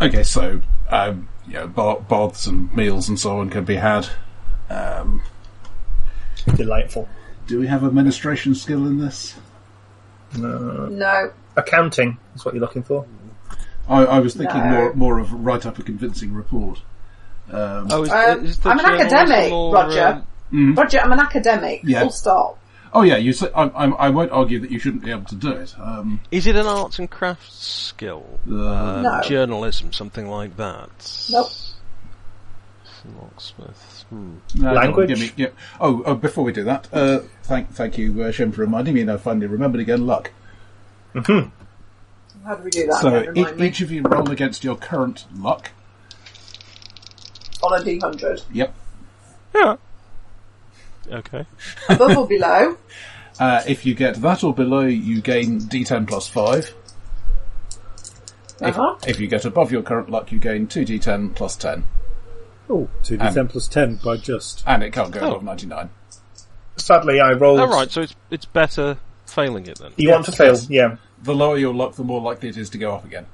Okay, so um, you know, bar- baths and meals and so on can be had. Um,
Delightful.
do we have administration skill in this?
No.
Accounting is what you're looking for.
I, I was thinking
No.
more more of write up a convincing report. Um,
Oh, is,
Um,
is the
I'm an
journalism
academic,
more,
Roger.
um,
Roger, I'm an academic.
Mm. Yeah.
Full stop.
oh yeah, you. Say, I, I, I won't argue that you shouldn't be able to do it. Um,
Is it an arts and crafts skill?
uh,
No.
Journalism, something like that.
Nope.
Locksmith. Hmm.
No,
Language?
give me- yeah. Oh, oh, before we do that, uh, thank thank you, uh, Shem, for reminding me. And I finally remembered again. Luck.
How do we do that?
so
Again?
e-
Remind me.
each of you roll against your current luck.
On a D100.
Yep.
Yeah. Okay.
Above or below?
Uh, if you get that or below, you gain D10 plus five. If,
Uh-huh.
(laughs) if you get above your current luck, you gain two D10 plus ten,
Oh, 2d10
Um,
plus 10 by just.
and it can't go
Oh.
above ninety nine.
Sadly, I rolled.
All right. So it's it's better failing it then.
You want to fail? Yeah.
The lower your luck, the more likely it is to go up again.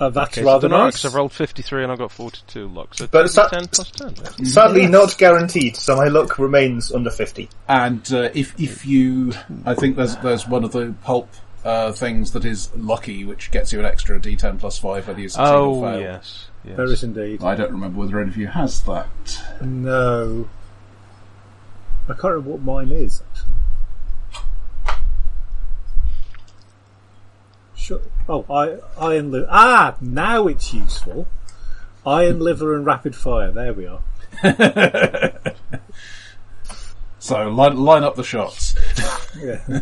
Uh, that's
Okay, so
rather
I dunno,
nice.
'cause I've rolled 53 and I've got 42 luck. So
But so-
ten plus 10. yeah.
Sadly, not guaranteed. So my luck remains under fifty.
And uh, if if you, I think there's there's one of the pulp uh, things that is lucky, which gets you an extra D10 plus five whether you succeed or
Oh
fail.
yes. yes.
There is indeed.
I don't remember whether any of you has that.
No. I can't remember what mine is, actually. Sure. Oh, I, iron liver. Ah, now it's useful. Iron liver and rapid fire. There we are.
So line, line up the shots.
Yeah.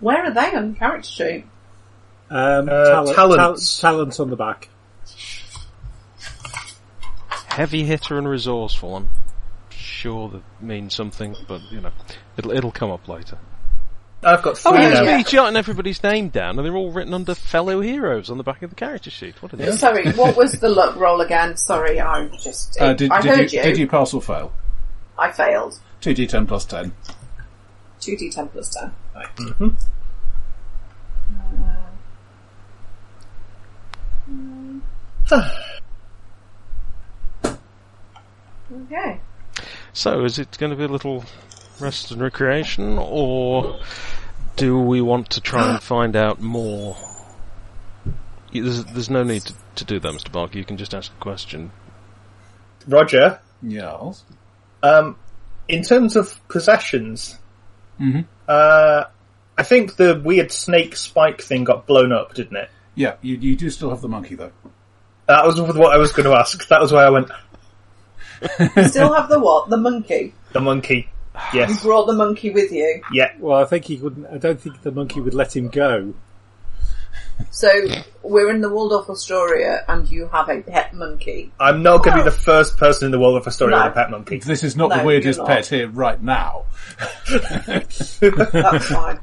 Where are they on character sheet?
(laughs) Um,
Uh,
talent,
talents.
tal- talents on the back.
Heavy hitter and resourceful. I'm sure that means something, but you know, it'll it'll come up later.
I've got three
Oh, yeah,
now.
it's me jotting everybody's name down, and they're all written under fellow heroes on the back of the character sheet. What is it?
Sorry, what was the luck roll again? Sorry, I'm just.
Uh, did,
I
did
heard
you,
you.
Did you pass or fail?
I failed.
Two D10 plus ten.
two D ten plus ten.
Right.
Uh,
(sighs)
Okay.
So, is it going to be a little rest and recreation, or do we want to try
(gasps)
and find out more? Y- There's, there's no need to, to do that, Mr. Barker. You can just ask a question.
Roger,
Yes.
um, in terms of possessions, uh, I think the weird snake spike thing got blown up, didn't it?
Yeah, you, you do still have the monkey though.
That was what I was going to ask. That was why I went
Still have the what? The monkey.
the monkey.
You
Yes,
brought the monkey with you.
yeah.
Well, I think he wouldn't. I don't think the monkey would let him go.
So we're in the Waldorf Astoria, and you have a pet monkey.
I'm not going to
Oh.
be the first person in the world of a story
No.
with a pet monkey. (laughs)
This is not
No,
the weirdest
you're not.
pet here right now.
That's fine.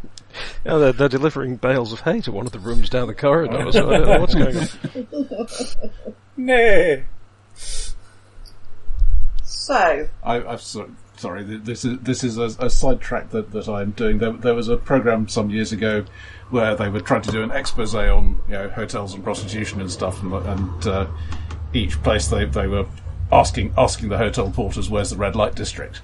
Oh, they're, they're delivering bales of hay to one of the rooms down the corridor. So I don't know what's going on.
Nah.
So
I, I've so, sorry. th- This is this is a, a sidetrack that, that I'm doing. There, there was a program some years ago where they were trying to do an expose on you know hotels and prostitution and stuff, and, and uh, each place they, they were asking asking the hotel porters, "Where's the red light district?"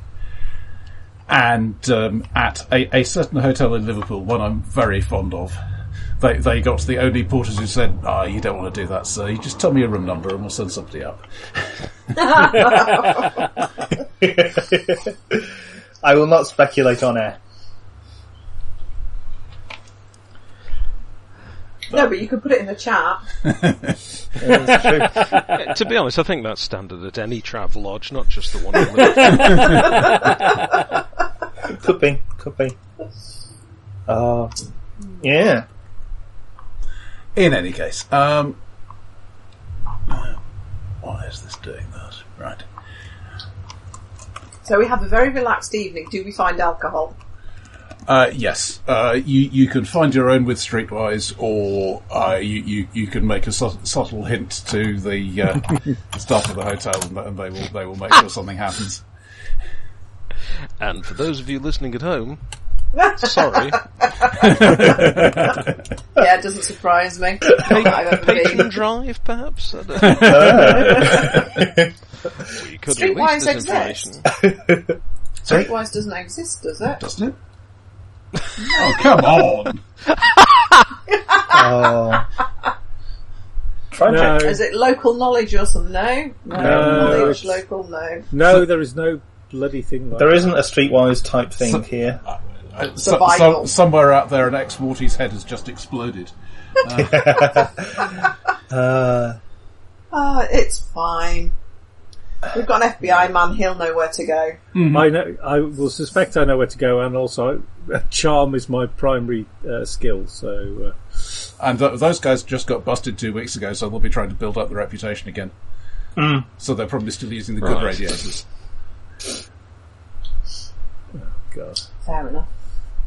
And um, at a, a certain hotel in Liverpool, one I'm very fond of, they they got the only porters who said, "Ah, you don't want to do that, sir. You just tell me your room number, and we'll send somebody up."
I will not speculate on air.
no, but you could put it in the chat.
(laughs) to be honest, I think that's standard at any travel lodge, not just the one. in
(laughs)
Liverpool.
Could be, could be. Uh, yeah.
In any case, um, why is this doing that? Right.
So we have a very relaxed evening. Do we find alcohol?
Uh, yes, uh, you you can find your own with Streetwise, or uh, you, you you can make a sub- subtle hint to the uh, staff of the hotel, and, and they will they will make sure something happens.
and for those of you listening at
(laughs)
home, sorry,
Yeah, it doesn't surprise me. Not that I've ever
patron
been.
drive, perhaps. I
(laughs)
don't know. (laughs) we could
Streetwise
release this
exists.
information.
Streetwise doesn't exist, does it?
Doesn't it? Oh come on!
Uh, try and
No,
check.
Is it local knowledge or something? No, no,
No.
knowledge, local, no.
no, there is no bloody thing like
There isn't a streetwise type thing
So-
here.
Uh, so, so,
Survival.
somewhere out there, an ex Morty's head has just exploded.
Uh,
Ah, it's fine. We've got an FBI man. He'll know where to go.
that. I know. I will suspect I know where to go, and also (laughs) charm is my primary uh, skill. So uh,
And th- those guys just got busted two weeks ago, so they'll be trying to build up the reputation again. So they're probably still using the good
Right.
radiators.
God.
Fair enough.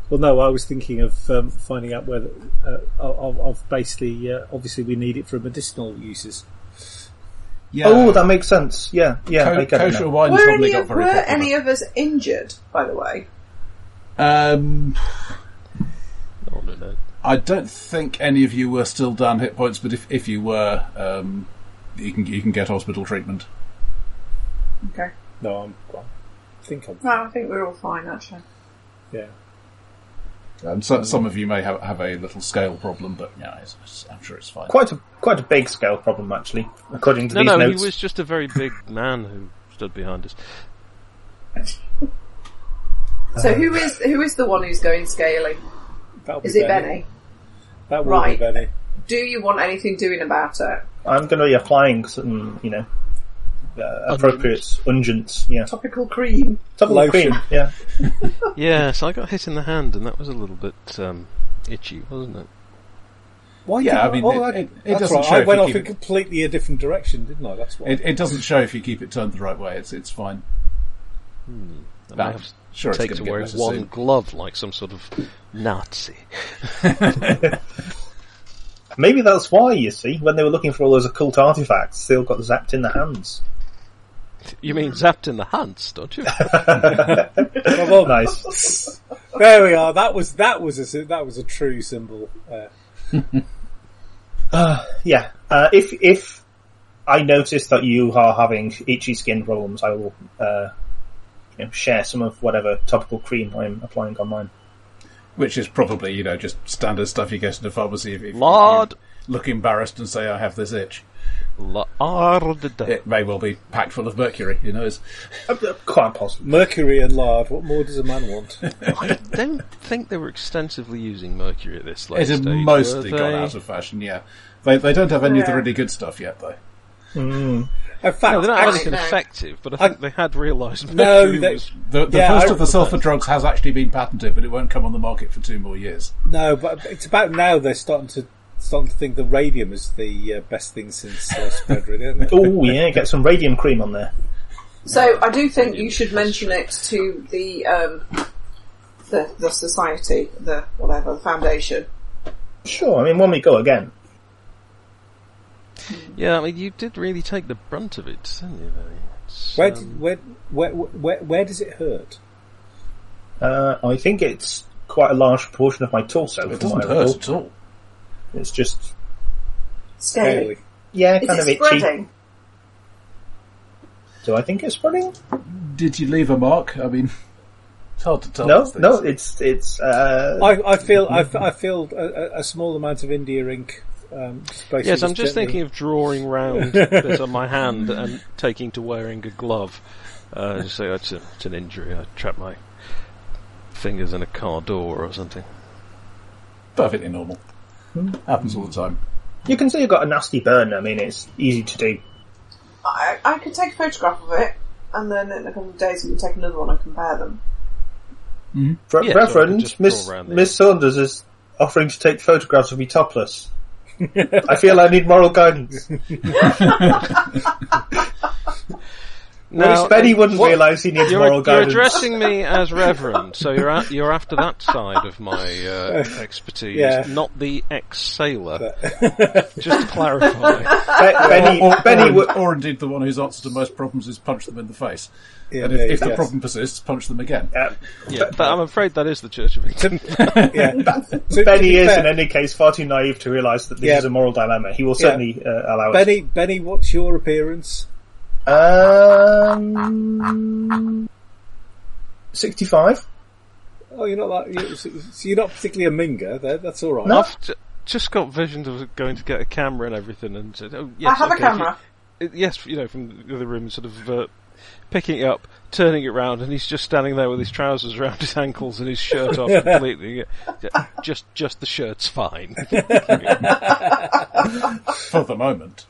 Well, no, I was thinking of um, finding out whether uh, of, of basically. Uh, obviously, we need it for medicinal uses.
Yeah.
oh, that makes sense. Yeah, yeah, I
Co-
get it
kosher
now.
wine
Were
probably
any
got
of
very
were
popular.
any of us injured? By the way,
um,
Oh, no, no.
I don't think any of you were still down hit points, but if, if you were, um, you can you can get hospital treatment.
okay.
No, I'm. I think I'm.
No, I think we're all
(laughs)
fine actually.
Yeah.
And
Mm.
so, some of you may have, have a little scale problem, but yeah, it's, it's- I'm sure it's fine.
Quite a quite a big scale problem actually, according to
No,
these
no,
notes.
he was just a very
(laughs)
big man who stood behind us.
So who is who is the one who's going scaling?
That'll be
Is it Benny?
That will
Right.
be Benny.
Do you want anything doing about it?
I'm going to be applying some, you know, uh, appropriate unguents. Yeah,
Topical cream.
top of the
Lotion.
cream. Yeah,
Yes, I got hit in the hand, and that was a little bit um, itchy, wasn't it?
Why
Yeah,
did
I mean,
oh,
it-
that-
it- it
that's
doesn't
right.
show
I
if
went
you
off
keep
in
it-
completely a different direction, didn't I? That's why.
It, it doesn't show if you keep it turned the right way. It's it's fine.
I
But
may
I'm
have
sure it's
take
gonna
to
get
wearing
better
one
soon.
glove like some sort of Nazi.
maybe that's why you see when they were looking for all those occult artifacts, they all got zapped in the hands.
You mean zapped in the hands, don't you?
well, nice.
There we are. That was that was a sy- that was a true symbol. Uh,
Yeah. Uh, if if I notice that you are having itchy skin problems, I will uh, you know, share some of whatever topical cream I'm applying on mine.
Which is probably, you know, just standard stuff you get in the pharmacy if, if
(laughs) Lard.
you look embarrassed and say, I have this itch.
Lard.
It may well be packed full of mercury, who knows?
Uh, uh, Quite possible.
Mercury and lard. What more does a man want? (laughs)
I don't think they were extensively using mercury at this late
It has
stage. were
mostly gone
they?
out of fashion, yeah. They, they don't have any of the
Yeah.
really good stuff yet, though.
In fact,
No, they're not
Actually,
having
no.
effective, but I think they had realised
No,
mercury
they-
was
The, the
Yeah,
first
I-
of the sulfur drugs has actually been patented, but it won't come on the market for two more years.
No, but it's about now they're starting to starting to think the radium is the uh, best thing since uh, spread, really,
(laughs)
isn't it?
Oh yeah, get some radium cream on there.
So I do think you should mention it to the um, the the society, the whatever, the foundation.
Sure. I mean, when we go again,
Yeah, I mean, you did really take the brunt of it, didn't you? though? It's,
Where,
um,
did, where, where, where, where does it hurt?
uh, I think it's quite a large proportion of my torso.
It
from
doesn't
what I
hurt
recall.
at all.
It's just
Scaly.
yeah,
Is
kind of
it
itchy.
spreading?
Do I think it's spreading?
Did you leave a mark? I mean, (laughs) it's hard to tell.
No,
these things.
no. It's it's. Uh,
I, I feel I,
Mm-hmm.
f- I feel a, a- a small amount of India ink. Um, space
Yes, I'm just thinking of drawing
(laughs)
round bits on my hand and taking to wearing a glove. Uh, just say that's a, it's an injury. I trapped my fingers in a car door or something.
Perfectly normal. Happens all the time.
You can see you've got a nasty burn. I mean, it's easy to do.
I, I could take a photograph of it, and then in a couple of days we can take another one and compare them.
Re-
Yeah, so I could
Reverend,
just
Miss
draw around the-
Miss Saunders is offering to take photographs of me topless. I feel I need
(laughs)
moral guidance.
Now,
Bruce Benny wouldn't
uh, what-
realise he needs
You're,
moral
you're
guidance.
addressing me
(laughs)
as Reverend, so you're at, you're after that side of my uh, expertise,
Yeah.
not the ex-sailor.
(laughs)
Just to clarify. (laughs)
Be- Benny,
Or,
Benny,
or,
would-
or indeed the one whose answer to most problems is punch them in the face.
Yeah,
and if,
yeah,
if the
yes.
problem persists, punch them again.
uh,
Yeah, but I'm afraid that is the Church of England.
(laughs)
(laughs)
Benny is, in
fair,
any case, far too naive to realise that this
Yeah.
is a moral dilemma. He will
Yeah.
certainly uh, allow it.
Benny. Benny, what's your appearance?
Um, 65?
Oh, you're not that. You're, so you're not particularly a minger. There, that's all right.
No.
I've j- just got visions of going to get a camera and everything, and said, "Oh,
I
yes,
have
okay,
a camera.
if you- uh, yes, you know, from the other room, sort of uh, picking it up, turning it round, and he's just standing there with his trousers around his ankles and his shirt off completely. Yeah, Just, just the shirt's fine.
For the moment.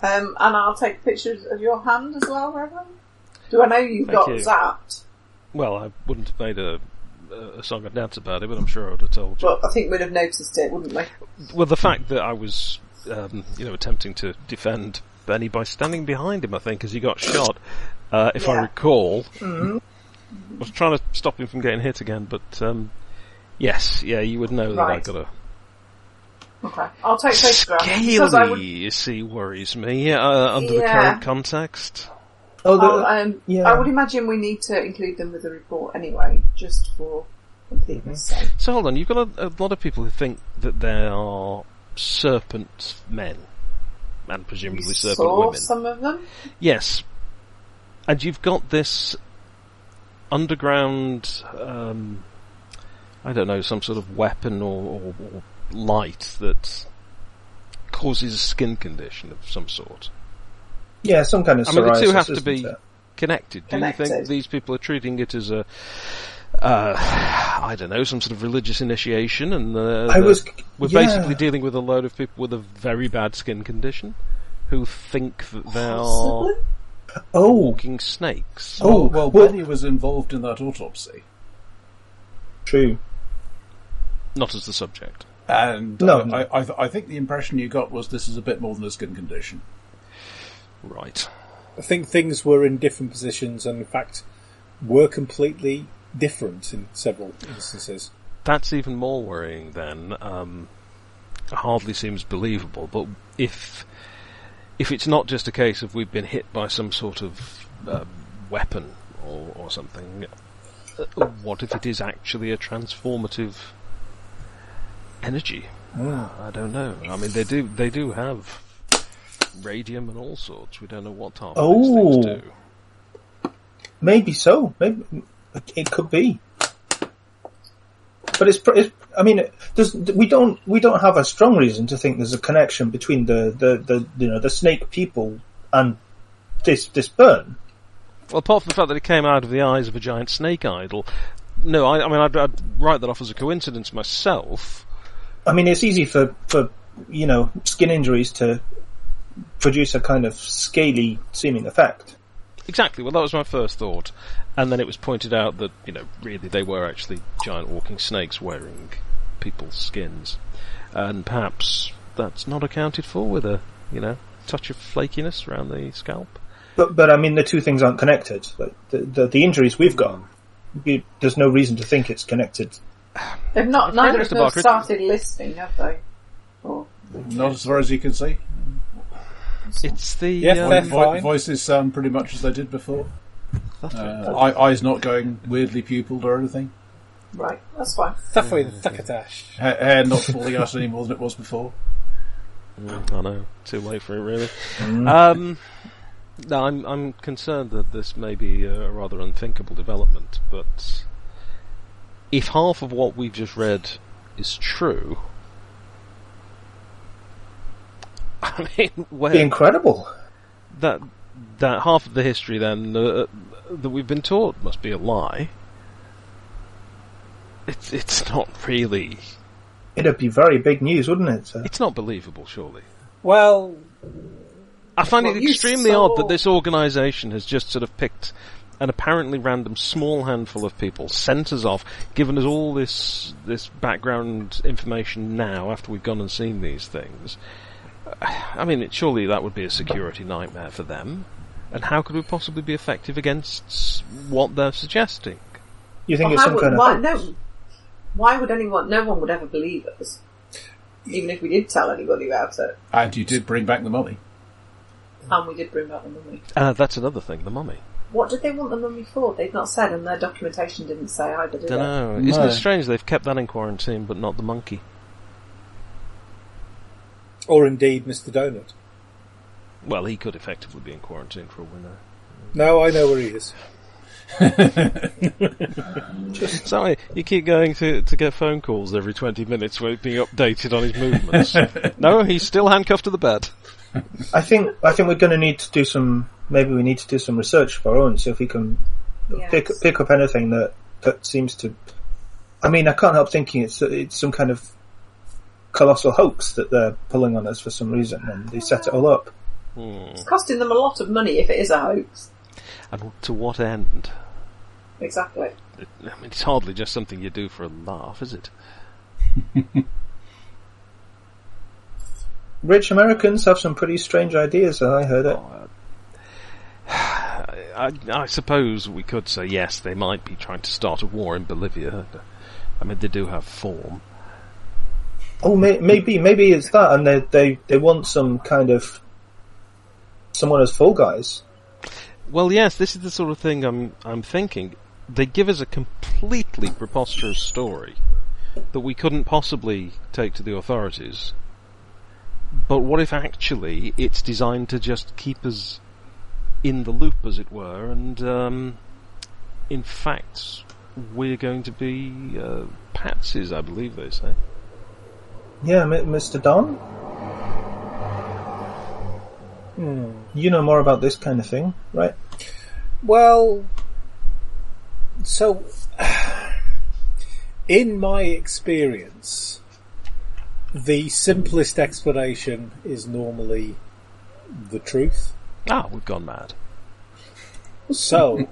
Um, and I'll take pictures of your hand as well, Reverend. Do I know you've
Thank
got
you.
zapped?
well, I wouldn't have made a, a song and dance about it, but I'm sure I would have told you.
But I think we'd have noticed it, wouldn't we?
Well, the fact that I was, um, you know, attempting to defend Benny by standing behind him, I think, as he got shot, uh, if I
Yeah. Mm-hmm.
recall. I was trying to stop him from getting hit again, but, um, yes, yeah, you would know that
Right.
I got a...
Okay. I'll take photographs. Because I
Scaly,
would,
you see, worries me, uh, under the
Yeah.
current context.
Oh, the,
I'll, um,
yeah.
I would imagine we need to include them with the report anyway, just for completeness
Mhm.
sake.
So hold on, you've got a, a lot of people who think that they are serpent men. And
We
presumably serpent
saw
women.
some of them.
Yes. And you've got this underground, um, I don't know, some sort of weapon or, or, or light that causes a skin condition of some sort.
yeah, some kind of
I mean, the two
psoriasis,
have to
isn't
be
it?
connected. Do you think
Connected.
these people are treating it as a, uh, I don't know, some sort of religious initiation and uh,
I
the-
was-
we're
yeah.
basically dealing with a load of people with a very bad skin condition who think that they are
Possibly.
Oh,
walking snakes.
Oh,
well,
well-
Benny was involved in that autopsy.
true.
not as the subject.
And
No.
uh, I, I, th- I think the impression you got was this is a bit more than a skin condition.
Right.
I think things were in different positions, and in fact, were completely different in several instances.
That's even more worrying then. Um, hardly seems believable, but if if it's not just a case of we've been hit by some sort of um, uh, weapon or, or something. Uh, What if it is actually a transformative energy? I don't know. I mean, they do they do have radium and all sorts. We don't know what half of these
Oh.
things do.
Maybe so. Maybe it could be. But it's, pr- it's I mean, there's, we don't we don't have a strong reason to think there's a connection between the, the, the you know the snake people and this this burn.
Well, apart from the fact that it came out of the eyes of a giant snake idol, no, I, I mean, I'd, I'd write that off as a coincidence myself.
I mean, it's easy for for you know skin injuries to produce a kind of scaly seeming effect.
Exactly. Well, that was my first thought, and then it was pointed out that you know really they were actually giant walking snakes wearing people's skins, and perhaps that's not accounted for with a you know touch of flakiness around the scalp.
But but I mean, the two things aren't connected. Like the the, the injuries we've got, we, there's no reason to think it's connected.
They've not,
Frederick
neither of
de
them have
Barker-
started listening, have they? Or,
Not as far as you can see.
It's the
Yeah,
um,
They're
Vo-
fine.
voices sound pretty much as they did before. Uh, eye- eyes not going weirdly pupilled or anything.
right, that's fine.
Thuffy the Thuckatash.
Ha- hair not falling out any more than it was before.
I know. Too late for it, really. Um, no, I'm I'm concerned that this may be a rather unthinkable development. But if half of what we've just read is true, (laughs) I mean, where
Be incredible.
that that half of the history then uh, that we've been taught must be a lie. It's it's not really
It'd be very big news, wouldn't it? So,
it's not believable, surely.
Well,
I find
Well,
it
you
extremely
saw-
odd that this organisation has just sort of picked an apparently random small handful of people, sent us off, given us all this this background information now after we've gone and seen these things. (sighs) I mean, it, surely that would be a security nightmare for them. And how could we possibly be effective against what they're suggesting?
you think
Well,
it's
how
some
would-
kind of
why,
hoax?
no, why would anyone? No one would ever believe us, even if we did tell anybody about it.
And you did bring back the money.
And we did bring back the mummy.
Uh, that's another thing, the mummy.
What did they want the mummy for? They've not said, and their documentation didn't say either, did
Don't
it?
know. Isn't
No.
it strange they've kept that in quarantine but not the monkey?
or indeed Mr. Donut.
Well, he could effectively be in quarantine for a winner.
No, I know where he is.
Sorry, you keep going to to get phone calls every twenty minutes where he's being updated on his movements. (laughs) no, he's still handcuffed to the bed.
I think I think we're going to need to do some. Maybe we need to do some research of our own, see if we can
Yes.
pick pick up anything that that seems to. I mean, I can't help thinking it's it's some kind of colossal hoax that they're pulling on us for some reason, and they set it all up.
It's costing them a lot of money if it is a hoax.
And to what end?
Exactly.
I mean, it's hardly just something you do for a laugh, is it?
Rich Americans have some pretty strange ideas. I heard it.
I, I suppose we could say yes, they might be trying to start a war in Bolivia. I mean, they do have form.
Oh, may, maybe maybe it's that, and they they they want some kind of someone as fall guys.
Well, yes, this is the sort of thing I'm I'm thinking. They give us a completely preposterous story that we couldn't possibly take to the authorities. But what if actually it's designed to just keep us in the loop, as it were, and um, in fact we're going to be uh, patsies, I believe they say.
Yeah, M- Mr. Don. Hmm, You know more about this kind of thing, right?
Well, so (sighs) in my experience, the simplest explanation is normally the truth.
Ah, we've gone mad.
So,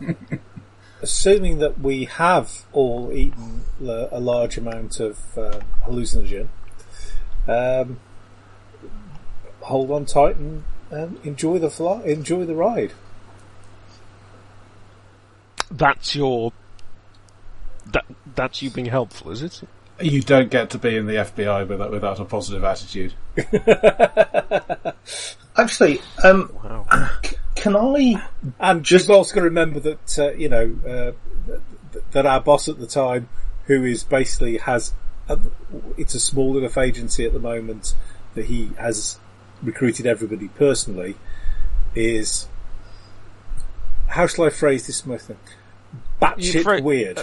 assuming that we have all eaten l- a large amount of uh, hallucinogen, um, hold on tight and um, enjoy the fly, enjoy the ride.
That's your. That that's you being helpful, is it?
You don't get to be in the FBI without, without a positive attitude.
Actually, um,
Wow.
c- can I?
And
Just-
just also got to remember that uh, you know uh, th- th- that our boss at the time, who is basically has, a, it's a small enough agency at the moment that he has recruited everybody personally, is how shall I phrase this, Martha? Batshit
fra-
weird.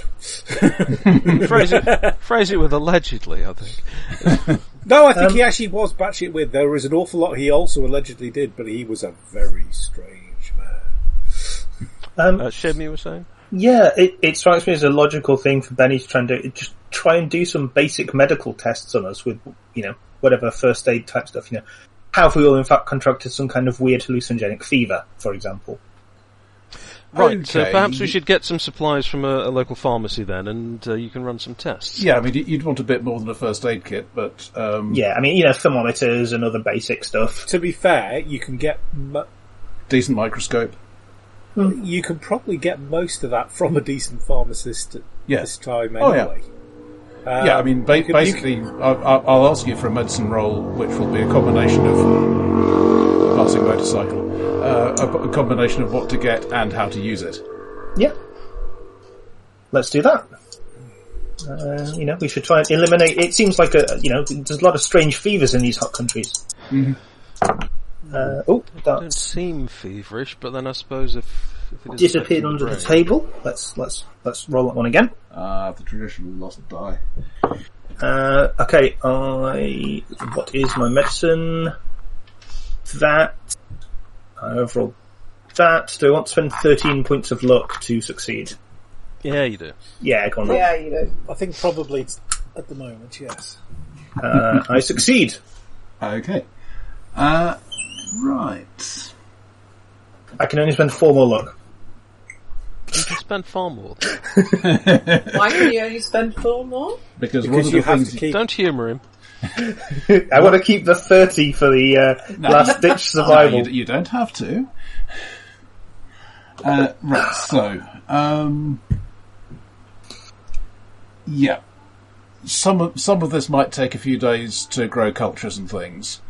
phrase (laughs) it, phrase it with allegedly, I think.
No, I think he actually was batshit weird. There was an awful lot he also allegedly did, but he was a very strange man.
Um,
Uh, Shem, you were saying?
yeah, it, it strikes me as a logical thing for Benny to try and do. Just try and do some basic medical tests on us with, you know, whatever first aid type stuff. You know, have we all in fact contracted some kind of weird hallucinogenic fever, for example?
Right, so
Okay.
perhaps we should get some supplies from a, a local pharmacy then, and uh, you can run some tests.
Yeah, I mean, you- you'd want a bit more than a first aid kit, but um,
Yeah, I mean, you know, thermometers and other basic stuff.
To be fair, you can get mu-
decent microscope.
you can probably get most of that from a decent pharmacist at this
Yes.
time
Oh, yeah.
anyway. Um,
yeah, I mean, ba-
you can- you can-
basically, I I- I'll ask you for a medicine roll, which will be a combination of passing motorcycle, uh, a, a combination of what to get and how to use it.
Yeah. Let's do that. Uh, you know, we should try and eliminate. It seems like a you know, there's a lot of strange fevers in these hot countries. Uh, oh,
Don't
that's
seem feverish, but then I suppose if, if it is
disappeared
affecting
under the
brain-
table. Let's let's let's roll that one again.
Ah, the traditional lost die.
Uh, okay, I what is my medicine? That I overall that. Do I want to spend thirteen points of luck to succeed?
Yeah, you do.
Yeah, go on. roll.
Yeah, you know.
I think probably it's at the moment, yes.
Uh, I succeed.
Okay. Uh, right.
I can only spend four more luck.
You can spend far more.
Why can you only spend four more?
Because, one
Because
of
you
the
have
things
to keep.
Don't humour him.
I want to keep the 30 for the uh,
(laughs)
last ditch
No,
survival.
you, you don't have to. Uh, right, so, um, yeah, some of, some of this might take a few days to grow cultures and things,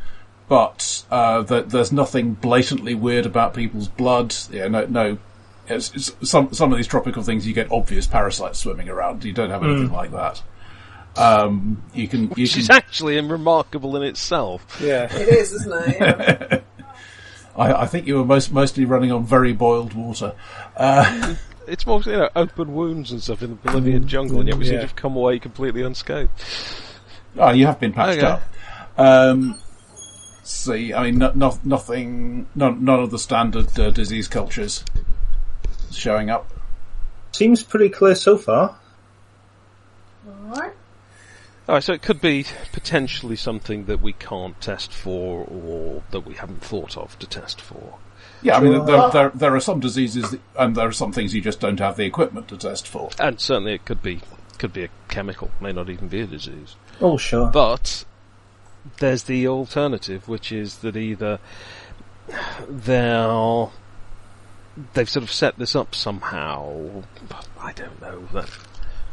but uh, th- there's nothing blatantly weird about people's blood. Yeah, no, no. It's, it's, some some of these tropical things, you get obvious parasites swimming around. You don't have anything like that. Um, you can, you
Which
can
is actually remarkable in itself.
Yeah.
It is, isn't it? Yeah.
I, I think you were most, mostly running on very boiled water.
It's more, you know, open wounds and stuff in the Bolivian jungle, and yet we seem
yeah.
to have come away completely unscathed.
Oh, you have been patched
Okay.
up. Um, see, I mean, no, no, nothing, none, none of the standard uh, disease cultures showing up.
Seems pretty clear so far.
Alright.
Alright, so it could be potentially something that we can't test for or that we haven't thought of to test for.
Yeah, I mean, there, there, there are some diseases that, and there are some things you just don't have the equipment to test for.
And certainly it could be could be a chemical, may not even be a disease.
Oh, sure.
But there's the alternative, which is that either they're they've sort of set this up somehow. But I don't know. That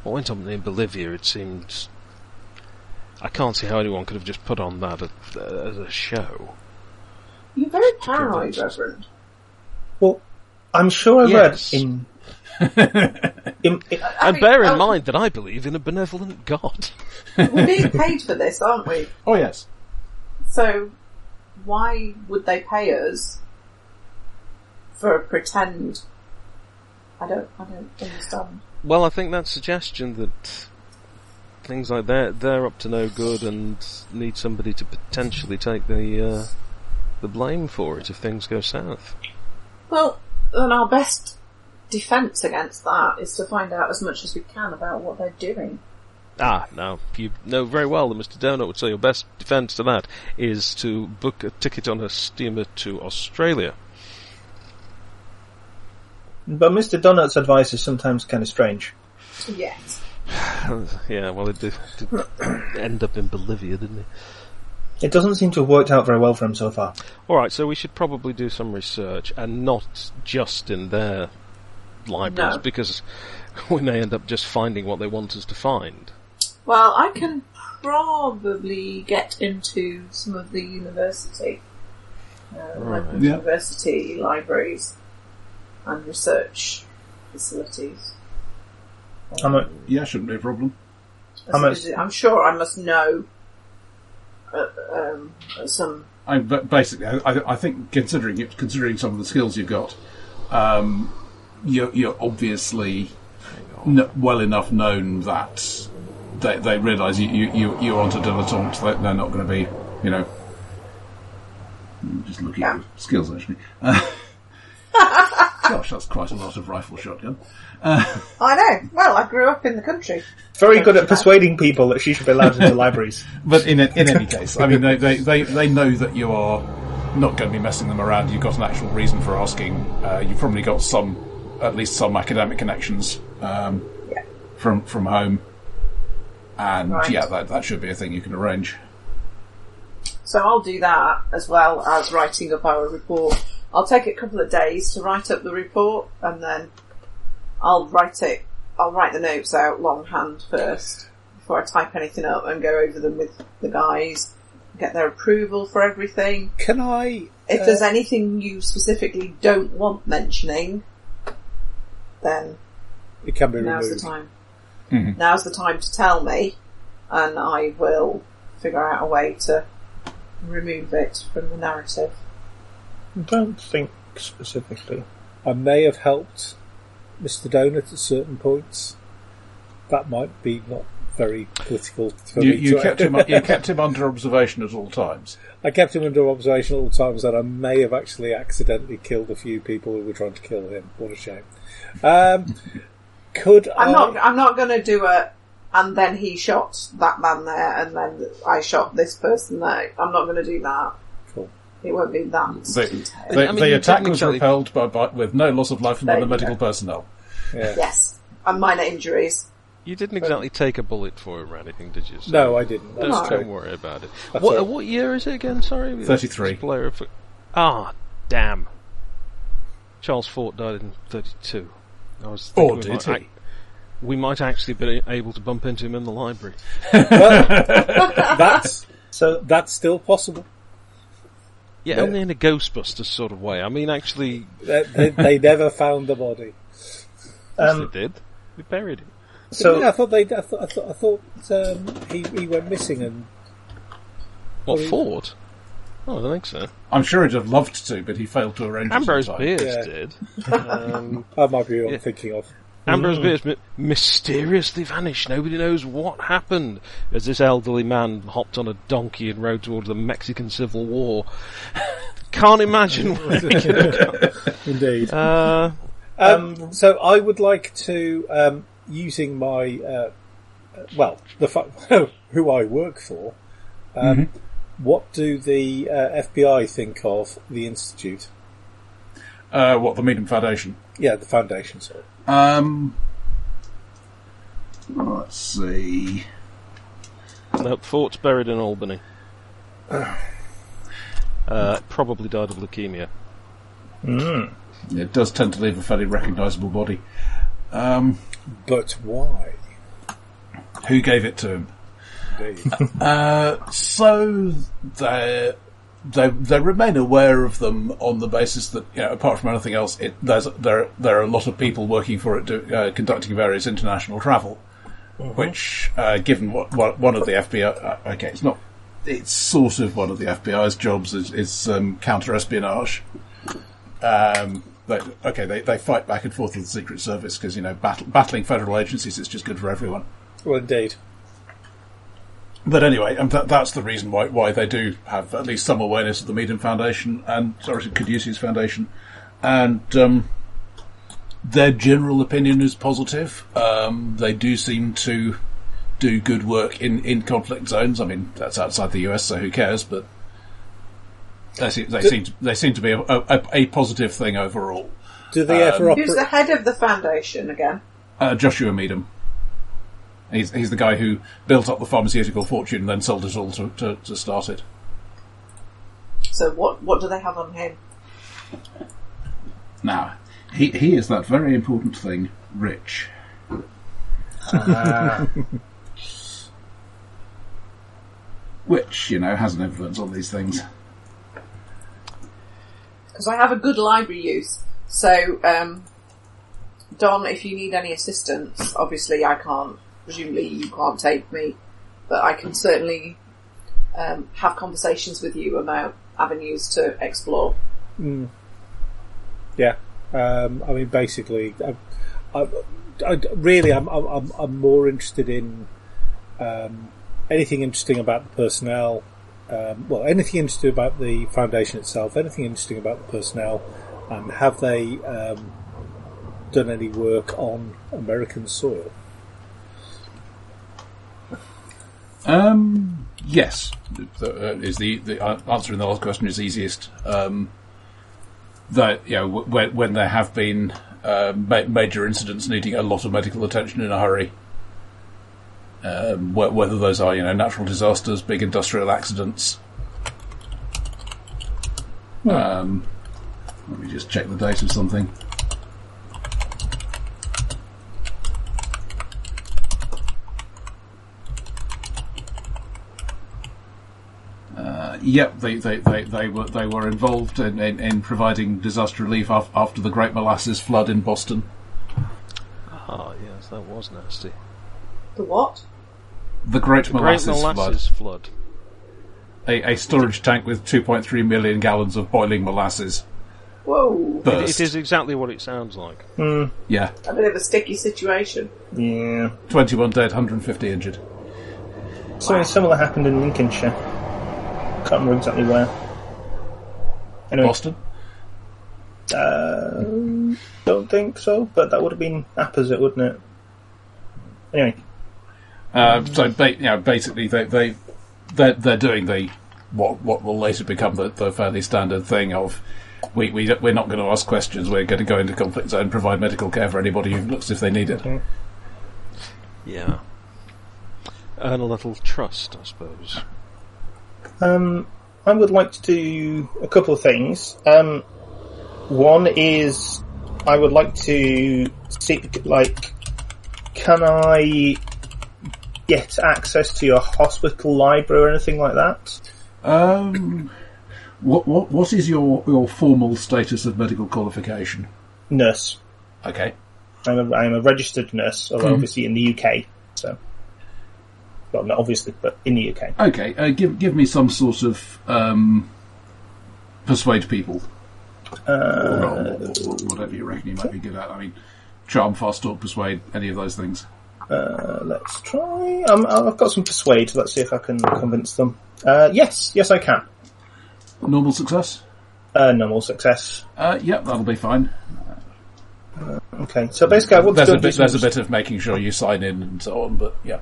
what went on in Bolivia, it seemed. I can't see how anyone could have just put on that as- as a show.
You're very paranoid, Reverend.
well, I'm sure I
Yes.
(laughs)
read in... in, in
I
And
think-
bear in
oh,
mind that I believe in a benevolent God.
We're being paid for this, aren't we?
Oh yes,
So, why would they pay us for a pretend? I don't, I don't understand.
Well, I think that suggestion that things like that they're up to no good and need somebody to potentially take the uh, the blame for it if things go south.
Well, then our best defence against that is to find out as much as we can about what they're doing.
Ah, no, you know very well that Mr. Donut would say your best defence to that is to book a ticket on a steamer to Australia.
but Mr. Donut's advice is sometimes kind of strange.
Yes.
(laughs) yeah, well, it did, did end up in Bolivia, didn't it?
It doesn't seem to have worked out very well for him so far.
All right, so we should probably do some research and not just in their libraries
No.
because (laughs) we may end up just finding what they want us to find.
Well, I can probably get into some of the university uh,
Right.
local
Yeah.
university libraries and research facilities.
I'm a,
Yeah, shouldn't be a problem.
How much-
I'm sure I must know uh, um, some.
I, but basically, I, I I think considering it, considering some of the skills you've got, um, you're, you're obviously n- well enough known that they, they realise you, you, you, you're onto dilettante. They're, they're not going to be, you know. I'm Just looking at your skills, actually. (laughs) gosh, that's quite a lot of rifle shotgun.
I know. Well, I grew up in the country.
very good at persuading people that she should be allowed into libraries.
But in, in any case, I mean, they, they, they, they know that you are not going to be messing them around. You've got an actual reason for asking. Uh, you've probably got some, at least some academic connections um,
Yeah.
from from home. And
Right.
yeah, that, that should be a thing you can arrange.
So I'll do that as well as writing up our report. I'll take a couple of days to write up the report and then I'll write it, I'll write the notes out longhand first before I type anything up and go over them with the guys, get their approval for everything.
Can I?
If
uh,
there's anything you specifically don't want mentioning, then
it can be
now's the
removed.
time. Now's the time to tell me, and I will figure out a way to remove it from the narrative.
Don't think specifically.
I may have helped Mr. Donut at certain points. That might be not very political. For
You,
me
you
to-
kept
(laughs)
him you kept him under observation at all times.
I kept him under observation at all times, and I may have actually accidentally killed a few people who were trying to kill him. What a shame. Um, could
I'm
I,
not. I'm not going to do a. And then he shot that man there, and then I shot this person there. I'm not going to do that.
Cool.
It won't be that.
They,
detailed.
they,
I mean,
the
you
attack was
technically-
repelled by, by, with no loss of life and
There
by the
you
medical
go.
personnel.
Yeah.
yes, and minor injuries.
You didn't exactly take a bullet for him or anything, did you? So
No, I didn't. That's
No.
Don't,
true.
don't worry about it.
That's
What,
all.
what year is it again? Sorry,
33.
This Player of- ah, damn. Charles Fort died in thirty-two. I was thinking
Or
we
did
might
he?
ac- we might actually be able to bump into him in the library.
That's
So
that's still possible.
Yeah,
Yeah.
only in a Ghostbusters sort of way. I mean, actually,
They, they, they never found the body.
yes,
Um,
they did. We buried him.
So
So-
I thought they. I thought. I thought, I thought um, he he went missing, and
What Fort? Oh, I don't think so.
I'm sure he'd have loved to, but he failed to arrange. it
Ambrose
in time.
Bierce
Yeah.
did.
I might be wrong
Yeah.
thinking of.
Ambrose Bierce mi- mysteriously vanished. Nobody knows what happened as this elderly man hopped on a donkey and rode towards the Mexican Civil War. (laughs) Can't (laughs) imagine where he could have gone.
Indeed.
Uh,
Um, so I would like to, um, using my, uh, well, the fa- (laughs) who I work for. Um, What do the uh, FBI think of the institute?
Uh, what the Medium Foundation?
Yeah, the foundation. Sorry.
Um, let's see.
no, Fort's buried in Albany. Uh, probably died of leukemia.
It does tend to leave a fairly recognisable body. Um,
But why?
who gave it to him?
Indeed.
Uh, so they they they remain aware of them on the basis that you know, apart from anything else, it, there's there there are a lot of people working for it do, uh, conducting various international travel, which uh, given what, what one of the FBI uh, okay it's not it's sort of one of the FBI's jobs is, is um, counter espionage. Um, they, okay, they, they fight back and forth with the Secret Service because you know battle, battling federal agencies is just good for everyone.
well, indeed.
But anyway, and that, that's the reason why why they do have at least some awareness of the Medium Foundation and sorry, Caduceus Foundation, and um, their general opinion is positive. Um, they do seem to do good work in, in conflict zones. I mean, that's outside the US, so who cares? But they seem, they seem to, they seem to be a, a, a positive thing overall.
Do they ever
Who's the
operate?
head of the foundation again?
Uh, Joshua Medium. He's, he's the guy who built up the pharmaceutical fortune and then sold it all to, to, to start it.
So what what do they have on him?
Now, he, he is that very important thing, rich. (laughs) which, you know, has an influence on these things.
because I have a good library use. So, um, Don, if you need any assistance, obviously I can't. Presumably you can't take me, but I can certainly um, have conversations with you about avenues to explore.
Yeah, um, I mean, basically, I, I, I, really, I'm, I'm- I'm, I'm more interested in um, anything interesting about the personnel. Um, well, anything interesting about the foundation itself, anything interesting about the personnel, and have they um, done any work on American soil?
Um, yes, The- uh, is the, the uh, answer in the last question is easiest. Um, that you know, w- when, when there have been uh, ma- major incidents needing a lot of medical attention in a hurry, um, wh- whether those are you know natural disasters, big industrial accidents. Um, let me just check the date of something. Yep, they, they, they, they were they were involved in, in, in providing disaster relief af- after the Great Molasses flood in Boston.
Ah, yes, that was nasty.
The what?
The Great
Great
Molasses,
molasses flood.
flood, a, a storage tank with 2.3 million gallons of boiling molasses
Whoa!
It-
burst.
it is exactly what it sounds like.
Yeah,
A bit of a sticky situation.
Yeah.
21 dead, 150 injured.
Something similar happened in Lincolnshire. Can't remember exactly where. Anyway,
Boston.
don't think so, but that would have been opposite, wouldn't it? Anyway,
Uh, so ba- you know, basically, they they they're, they're doing the what what will later become the, the fairly standard thing of. We, we, don't- we're not going to ask questions. We're going to go into conflict zone, provide medical care for anybody who looks if they need it.
Yeah. Earn a little trust, I suppose.
um, I would like to do a couple of things. Um, one is I would like to seek, like, can I get access to your hospital library or anything like that?
Um, what what what is your your formal status of medical qualification?
Nurse.
Okay.
I'm a, I'm a registered nurse, although obviously in the UK, so. Well, not obviously, but in the UK.
Okay. Uh, give give me some sort of um, persuade people. Uh, whatever you reckon you might be good at. I mean, charm, fast talk, persuade, any of those things.
Uh, let's try. Um, I've got some persuade. Let's see if I can convince them. Uh, yes, yes, I can.
Normal success.
Uh, normal success.
Uh, yep, that'll be fine.
Okay, so basically, I want
There's
to
a
go and do
bit. There's a
some,
bit of making sure you sign in and so on, but yeah.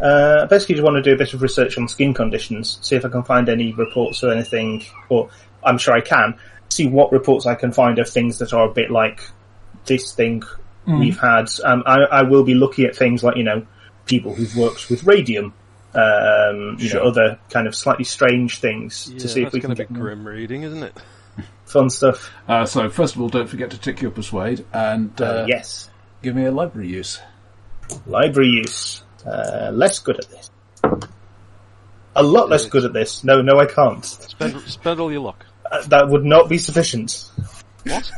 uh, basically just want to do a bit of research on skin conditions, see if I can find any reports or anything, or I'm sure I can see what reports I can find of things that are a bit like this thing
Hmm.
we've had. Um, I, I will be looking at things like you know people who've worked with radium, um, you know, other kind of slightly strange things
Yeah,
to see if
that's
we can
going to
get
be grim reading, isn't it?
fun stuff.
Uh, so first of all, don't forget to tick your persuade and uh,
yes.
give me a library use.
Library use. Uh, less good at this. A lot less good at this. No, no, I can't. (laughs)
Spend, spend all your luck.
Uh, That would not be sufficient.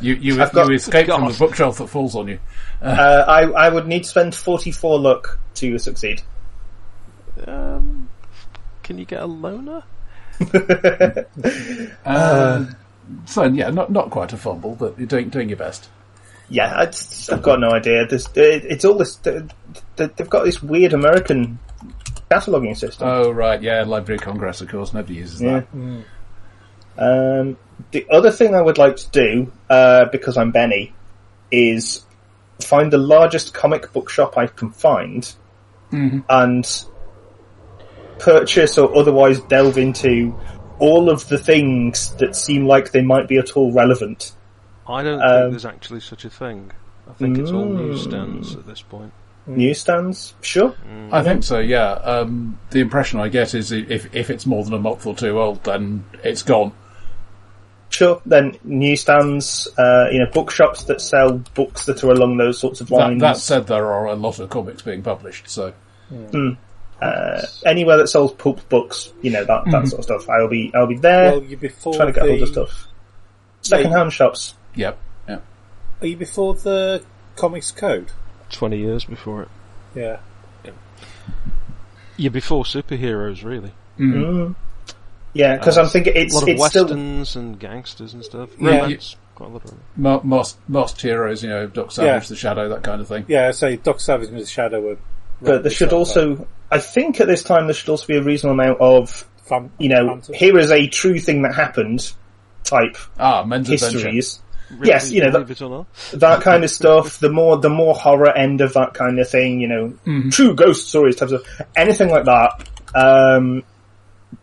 You you,
I've got-
you escape from the
God.
bookshelf that falls on you.
Uh, I, I would need to spend 44 luck to succeed.
Um, can you get a loner?
Um, so yeah, not not quite a fumble, but you're doing doing your best.
Yeah, I just- I've got no idea. This, it, it's all this. th- th- They've got this weird American cataloging system.
Oh right, yeah, Library of Congress, of course, nobody uses
Yeah.
that.
Um, the other thing I would like to do, uh, because I'm Benny, is find the largest comic book shop I can find
Mm-hmm.
and purchase or otherwise delve into all of the things that seem like they might be at all relevant.
I don't
Um,
think there's actually such a thing. I think it's all
Mm.
newsstands at this point.
Mm.
Newsstands? Sure.
I think so. Yeah. Um, the impression I get is i- if if it's more than a month or two old, then it's gone.
Sure. Then newsstands, uh, you know, bookshops that sell books that are along those sorts of
That,
lines.
that said, there are a lot of comics being published, so
uh, anywhere that sells pulp books, you know, that, that sort of stuff. I'll be, I'll be there
Well, you before
Eh, trying to get
the,
hold of stuff. second-hand shops.
Yep. Yep.
Are you before the Comics Code?
20 years before it.
Yeah.
You're before superheroes, really.
Mm. Yeah, because I'm thinking it's
a lot of
it's still
westerns and gangsters and stuff. Romance. Quite a lot of romance.
Mo- Most most heroes, you know, Doc Savage, The Shadow, that kind of thing.
Yeah, so Doc Savage and the Shadow were.
but there should also, I think at this time there should also be a reasonable amount of,
Fan-
you know,
fantasy.
here is a true thing that happened type
Ah, Men's Adventure.
histories. Yes, you know,
Believe
that-
it or not.
(laughs)
(laughs)
That kind of stuff, the more, the more horror end of that kind of thing, you know, true ghost stories types of, anything like that, um,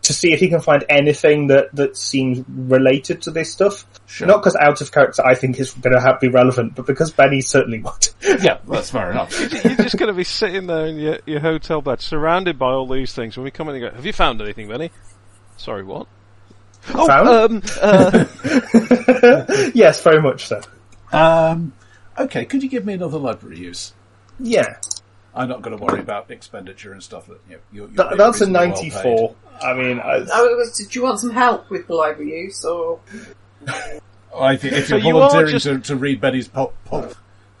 to see if he can find anything that, that seems related to this stuff.
Sure.
Not because out of character I think is going to be relevant, but because Benny certainly would. (laughs)
Yeah, that's fair enough.
You're just going to be sitting there in your, your hotel bed, surrounded by all these things. When we come in, and go, "Have you found anything, Benny?" Sorry, what? Oh,
Found?
um, uh,
yes, very much so.
Um, okay, could you give me another library use?
Yeah.
I'm not going to worry about expenditure and stuff. That, you know, you're, you're
That,
being
that's a
reasonably well
94. I mean, I,
Oh, it was, did you want some help with the library use or?
paid. I think if you're
you are
volunteering
just-
to, to read Betty's pop pop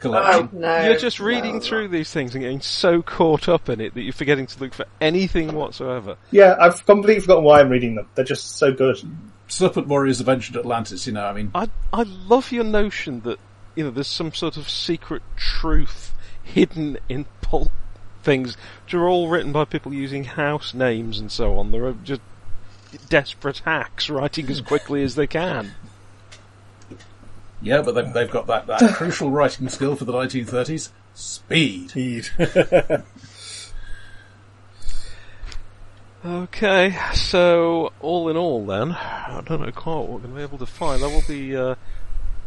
Oh
collection,
no!
Um, you're just reading
No.
through these things and getting so caught up in it that you're forgetting to look for anything whatsoever.
yeah, I've completely forgotten why I'm reading them. They're just so good.
Serpent Warriors Adventure to Atlantis. You know, I mean,
I I love your notion that you know there's some sort of secret truth hidden in pulp things, which are all written by people using house names and so on. They're just desperate hacks writing as quickly as they can.
yeah, but they've, they've got that,
(laughs)
that crucial writing skill for the 1930s: speed.
Okay, so all in all, then I don't know quite what we're going to be able to find. I will be uh,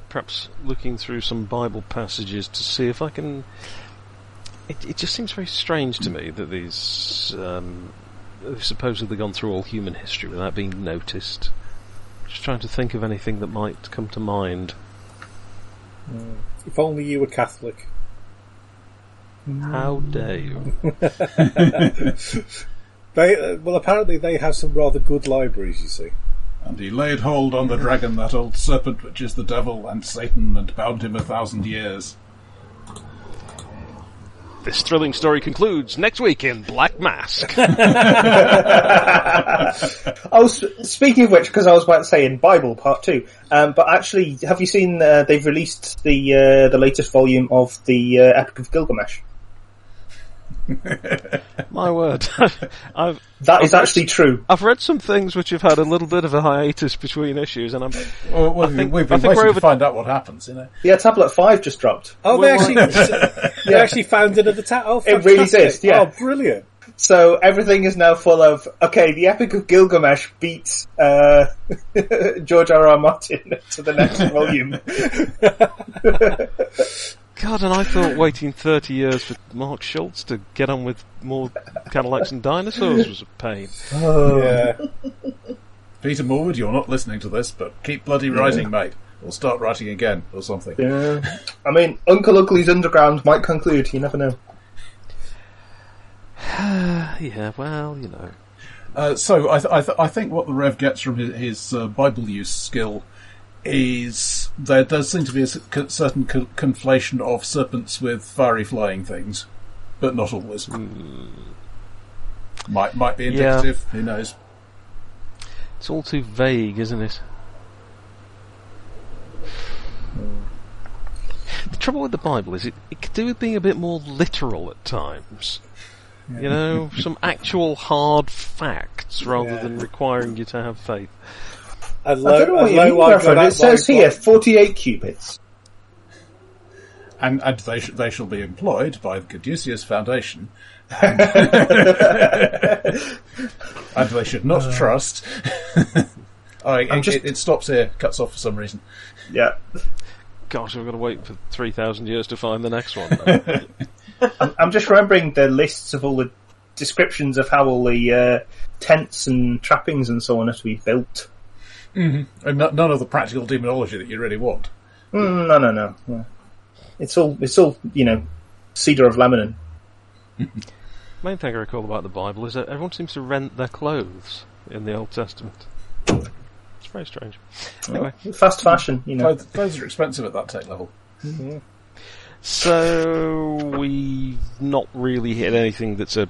perhaps looking through some Bible passages to see if I can. It, it just seems very strange to me that these um, have supposedly gone through all human history without being noticed. Just trying to think of anything that might come to mind.
If only you were Catholic.
How dare you?
They uh, well, apparently they have some rather good libraries. You see,
And he laid hold on the dragon, that old serpent which is the devil and Satan, and bound him a thousand years.
This thrilling story concludes next week in Black Mask.
Oh, sp- speaking of which, because I was about to say in Bible Part Two, um, but actually, have you seen uh, they've released the uh, the latest volume of the uh, Epic of Gilgamesh?
(laughs) My word, (laughs) I've
That is actually true.
I've read some things which have had a little bit of a hiatus between issues, and I'm
Well, well,
I think-
we've
I
been
think
waiting
we're
to
over-
find out what happens. You know,
Yeah, Tablet Five just dropped.
oh, they actually (laughs) they actually found another tat. Oh,
It really
fantastic.
did, yeah.
oh, brilliant.
So everything is now full of okay. The Epic of Gilgamesh beats uh, (laughs) George R. R. Martin (laughs) to the next volume.
God, and I thought waiting thirty years for Mark Schultz to get on with more Cadillacs and dinosaurs was a pain.
Yeah,
Peter Morwood, you're not listening to this, but keep bloody writing, mate. We'll start writing again or something.
Yeah. I mean, Uncle Ugly's Underground might conclude. You never know.
Ah, Yeah, well, you know,
Uh, so I, th- I, th- I think what the Rev gets from his, his uh, Bible use skill is there does seem to be a s- c- certain co- conflation of serpents with fiery flying things, but not always.
Hmm.
Might might be
Yeah.
indicative. Who knows?
it's all too vague, isn't it? The trouble with the Bible is it, it could do with being a bit more literal at times. You know, some actual hard facts rather
Yeah.
than requiring you to have faith.
a
I
low,
don't know what
a
you
low
mean,
library,
Reverend.
that
It says
library-
here forty-eight cubits.
And and they sh- they shall be employed by the Caduceus Foundation. (laughs) and they should not
(laughs)
trust. Oh, it,
Uh. I'm just-
it, it stops here, cuts off for some reason.
Yeah.
Gosh, I've got to wait for 3,000 years to find the next one. though.
I'm just remembering the lists of all the descriptions of how all the uh, tents and trappings and so on have to be built.
And no- none of the practical demonology that you really want.
Mm, No, no, no. Yeah. It's all it's all you know, cedar of Lebanon.
Main thing I recall about the Bible is that everyone seems to rent their clothes in the Old Testament. It's Very strange.
Fast fashion, you know.
Clothes, clothes are expensive at that tech level.
So we've not really hit anything that's a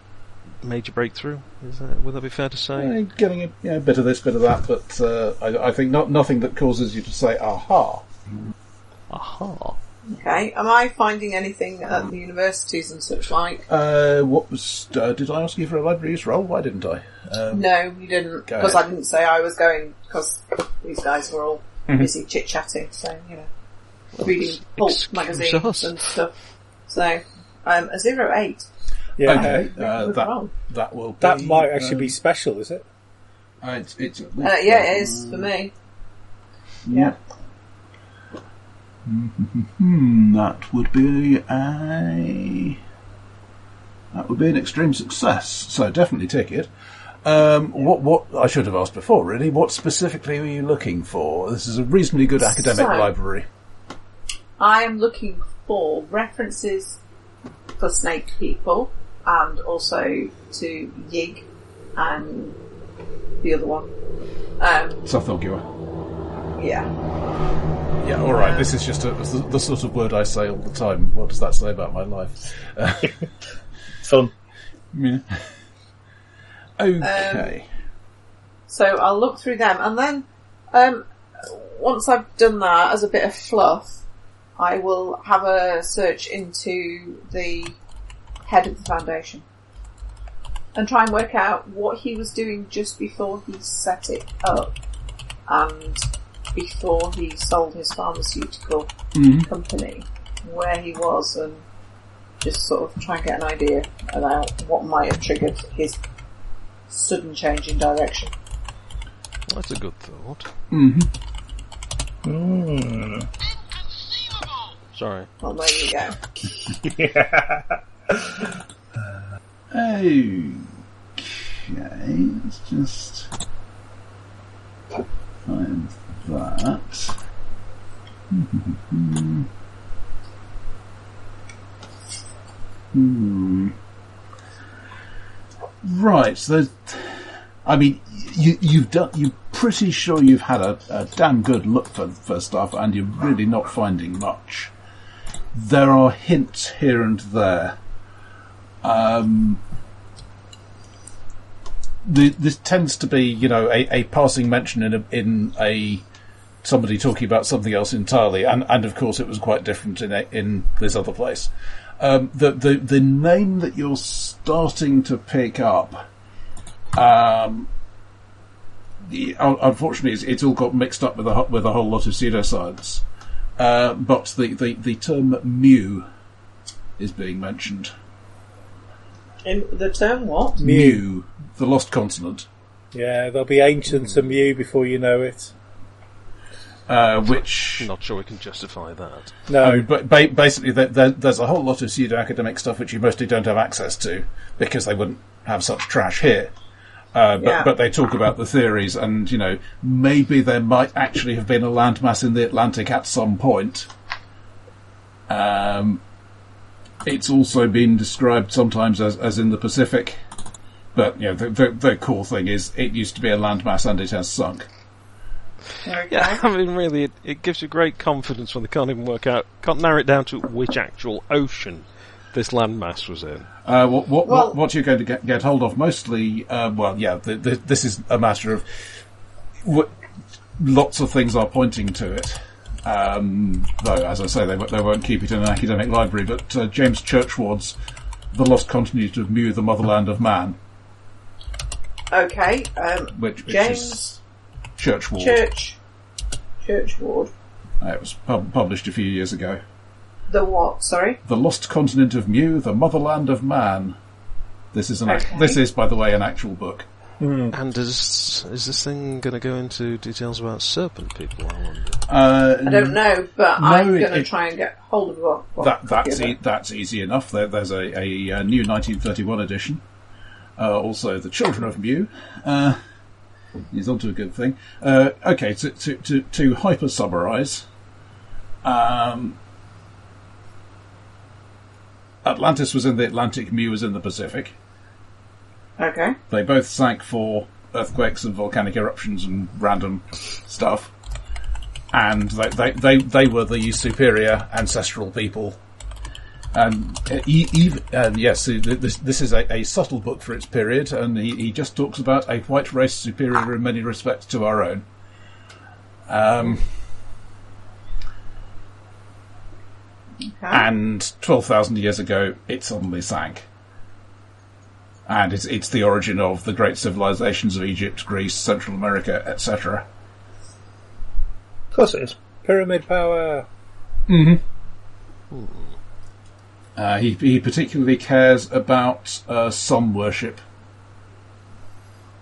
major breakthrough. Is that, would that be fair to say?
Eh, getting a yeah, a bit of this, bit of that, but uh, I, I think not nothing that causes you to say "aha."
Aha.
Okay. Am I finding anything at the universities and such like?
Uh, what was? Uh, did I ask you for a library use role? Why didn't I? Um,
No, you didn't,
Go
because I
ahead.
didn't say I was going. Because these guys were all
Mm-hmm.
busy chit chatting, so you know, reading pulp
excuse
magazines
us.
and stuff. So um, a zero eight.
Yeah,
okay, uh,
Good
that
role.
that will be,
that might actually
um,
be special, is it?
uh, it's, it's at
Uh,
least,
yeah, it is for me.
Yeah. Hmm, that would be a. That would be an extreme success. So definitely take it. Um, what what I should have asked before, really. What specifically were you looking for? This is a reasonably good academic
So-
library.
I am looking for references for snake people and also to Yig and the other one. Um,
Sothogua.
yeah.
Yeah, all right. This is just a, the, the sort of word I say all the time. What does that say about my life? Uh,
Fun.
yeah. (laughs) okay.
So I'll look through them and then um, once I've done that as a bit of fluff, I will have a search into the head of the foundation and try and work out what he was doing just before he set it up and before he sold his pharmaceutical company, where he was and just sort of try and get an idea about what might have triggered his sudden change in direction.
Well, that's a good thought.
Mm.
Sorry.
Well, there you go.
Okay, let's just find that. hmm. Right, so I mean, you, you've done. You're pretty sure you've had a, a damn good look for, for stuff, and you're really not finding much. There are hints here and there. the, this tends to be, you know, a, a passing mention in a, in a somebody talking about something else entirely, and, and of course it was quite different in a, in this other place. Um, the, the the name that you're starting to pick up, um, the, un- unfortunately, it's, it's all got mixed up with a ho- with a whole lot of pseudoscience. Uh, but the, the, the term mu is being mentioned.
In the term what?
Mu, the lost continent.
Yeah, they'll be ancient
Hmm.
and new before you know it.
uh, which
Not sure we can justify that.
I
No,
mean, but ba- basically there, there, there's a whole lot of pseudo academic stuff which you mostly don't have access to because they wouldn't have such trash here. Uh, but,
Yeah.
but they talk about the theories, and you know maybe there might actually have been a landmass in the Atlantic at some point. Um, it's also been described sometimes as, as in the Pacific, but you know the, the, the core thing is it used to be a landmass and it has sunk.
Okay.
Yeah, (laughs) I mean, really, it, it gives you great confidence when they can't even work out, can't narrow it down to which actual ocean this landmass was in.
Uh, what, what,
Well-
what, what you're going to get, get hold of mostly, uh, well, yeah, th th this is a matter of what, lots of things are pointing to it. Um, though, as I say, they, won't- they won't keep it in an academic library, but uh, James Churchward's The Lost Continent of Mu, the Motherland of Man,
Okay. Um,
which, which
James
is Churchward.
Church Churchward.
Uh, it was pub- published a few years ago.
The what? Sorry.
The Lost Continent of Mu, the Motherland of Man. This is an ac-
Okay.
this is, by the way, an actual book.
And is, is this thing going to go into details about serpent people, I wonder?
Uh,
I don't know, but I'm
it-
going to
it-
try and get hold of what. what
That that's
yeah,
e- that's easy enough. There, there's a, a, uh new 1931 edition. Uh, also, the Children of Mew uh, is onto a good thing. Uh, okay, to to to, to hyper summarise, um, Atlantis was in the Atlantic, Mew was in the Pacific.
Okay.
They both sank for earthquakes and volcanic eruptions and random stuff. And they, they, they, they were the superior ancestral people. And uh, e- ev- and yes, th- this, this is a, a subtle book for its period, and he, he just talks about a white race superior in many respects to our own. Um,
Okay.
and 12,000 years ago, it suddenly sank. And it's, it's the origin of the great civilizations of Egypt, Greece, Central America, etc.
Of course it is.
Pyramid power.
Uh, he, he particularly cares about uh, sun worship.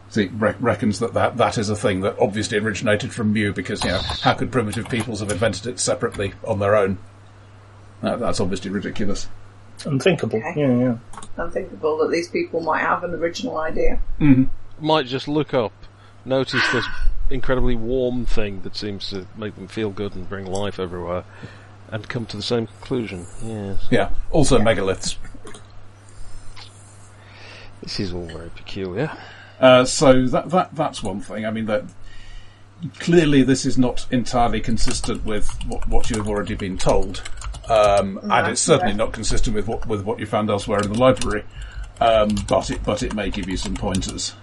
So he rec- reckons that, that that is a thing that obviously originated from Mu, because, you know, how could primitive peoples have invented it separately on their own? That, that's obviously ridiculous.
Unthinkable.
Okay.
Yeah, yeah.
Unthinkable that these people might have an original idea.
might just look up, notice this incredibly warm thing that seems to make them feel good and bring life everywhere, and come to the same conclusion. Yes.
Yeah. Also megaliths.
This is all very peculiar.
Uh, so that that that's one thing. I mean that clearly this is not entirely consistent with what, what you have already been told, um, and it's certainly
yeah.
not consistent with what with what you found elsewhere in the library. Um, but it but it may give you some pointers.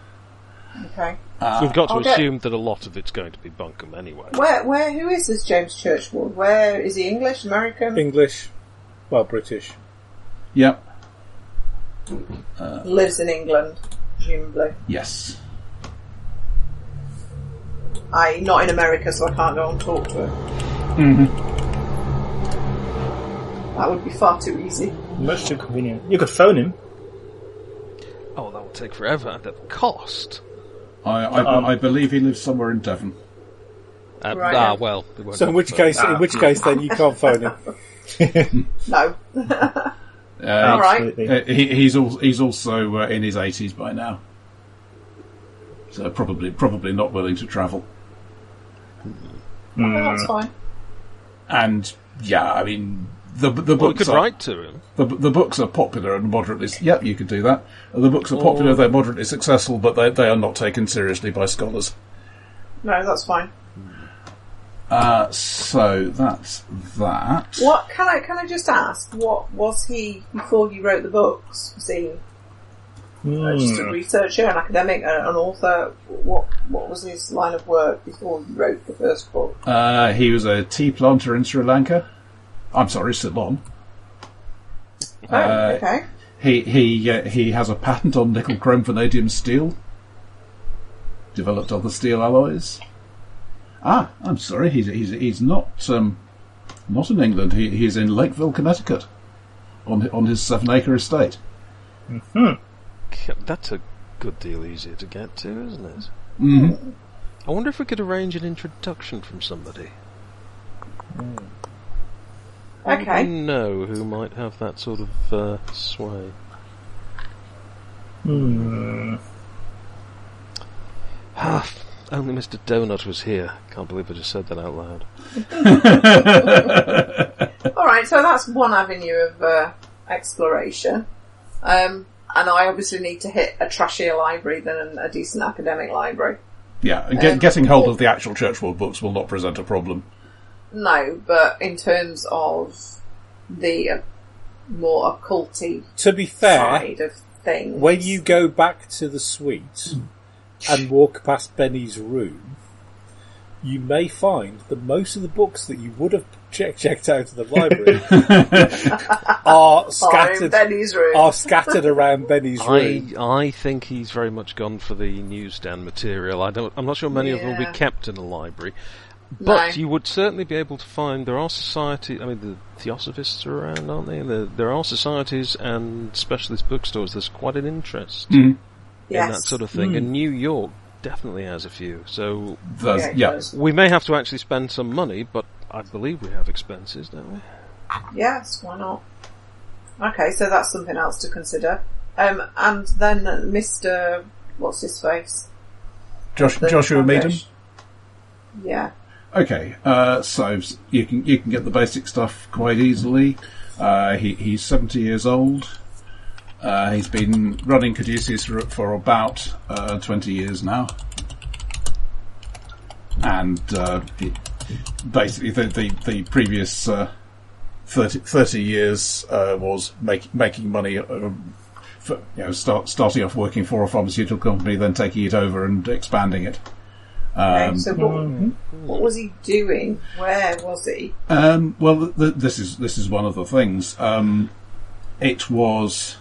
Okay.
so we've got to
I'll get-
assume that a lot of it's going to be bunkum anyway.
Where, where, who is this James Churchward? Where is he? English, American,
English. Well, British.
Yep.
lives in England, presumably.
Yes.
I not in America, so I can't go and talk to him. That would be far too easy.
Much too convenient. You could phone him.
Oh, that will take forever. and That cost.
I I,
Um,
I believe he lives somewhere in Devon.
Uh,
Right.
Ah, well. They won't
So in
have
which
to-
case, in which case, then you can't phone him.
No.
Uh,
right.
Absolutely.
uh, he, he's al- he's also uh, in his eighties by now, so probably probably not willing to travel.
No, that's fine.
And yeah, I mean the the
Well, we
books
could
are-
write to him.
The, the books are popular and moderately. Yep, you could do that. The books are popular. They're moderately successful, but they they are not taken seriously by scholars.
No, that's fine.
Uh, so that's that.
What can I can I just ask? What was he before he wrote the books? Was he uh, just a researcher, an academic, a- an author? What what was his line of work before he wrote the first book?
Uh, he was a tea planter in Sri Lanka. I'm sorry, Ceylon.
Oh, okay.
He he uh, he has a patent on nickel chrome vanadium steel. Developed other steel alloys. Ah, I'm sorry. He's he's he's not um, not in England. He he's in Lakeville, Connecticut, on on his seven acre estate.
That's a good deal easier to get to, isn't it? Mm-hmm. I wonder if we could arrange an introduction from somebody.
Okay.
You know who might have that sort of uh, sway. Hmm. (sighs) Only Mr. Donut was here. Can't believe I just said that out loud.
All right, so that's one avenue of uh, exploration, um, and I obviously need to hit a trashier library than a decent academic library.
Yeah, and get,
Um,
getting hold of the actual Churchward books will not present a problem.
No, but in terms of the uh, more occulty
To be fair,
side of things,
when you go back to the suite and walk past Benny's room, you may find that most of the books that you would have check, checked out of the library are
are in
scattered
Benny's room,
are scattered around Benny's room.
I I think he's very much gone for the newsstand material. I don't. I'm not sure many of them will
Yeah.
be kept in a library, but
No.
you would certainly be able to find there are society. I mean, the theosophists are around, aren't they? The, there are societies and specialist bookstores. There's quite an interest in that
yes,
sort of thing, and New York definitely has a few. So
There's-
Yeah, it
yeah,
does.
we may have to actually spend some money, but I believe we have expenses, don't we?
yes, why not? Okay, so that's something else to consider, um, and then Mister, what's his face,
Josh,
The
Joshua Meadham.
Congress. Yeah,
Okay, uh, so s- you can you can get the basic stuff quite easily. Uh, he, he's seventy years old. Uh, he's been running Caduceus for, for about uh, 20 years now. And uh, it, basically, the, the, the previous uh, 30, 30 years uh, was make, making money, uh, for, you know, start, starting off working for a pharmaceutical company, then taking it over and expanding it.
Okay, so what, what was he doing? Where was he?
Um, well, th- th- this is this is one of the things. Um, it was.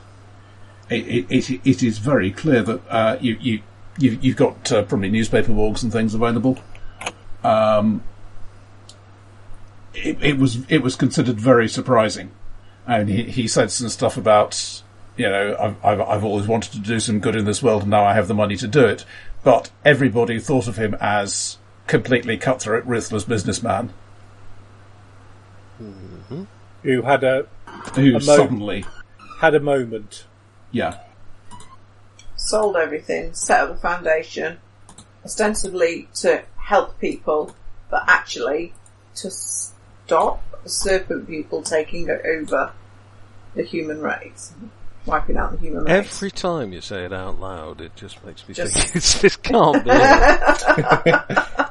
It, it, it, it is very clear that uh, you, you you you've got uh, probably newspaper walks and things available. Um, it, it was it was considered very surprising, and he, he said some stuff about you know I've, I've I've always wanted to do some good in this world, and now I have the money to do it. But everybody thought of him as completely cutthroat, ruthless businessman.
Who had a
who
mo-
suddenly,
had a moment.
yeah,
Sold everything, set up a foundation, ostensibly to help people, but actually to stop serpent people taking over the human race, wiping out the human race.
Every time you say it out loud, it just makes me
Just-
think (laughs) it's, this can't
(laughs)
be. it."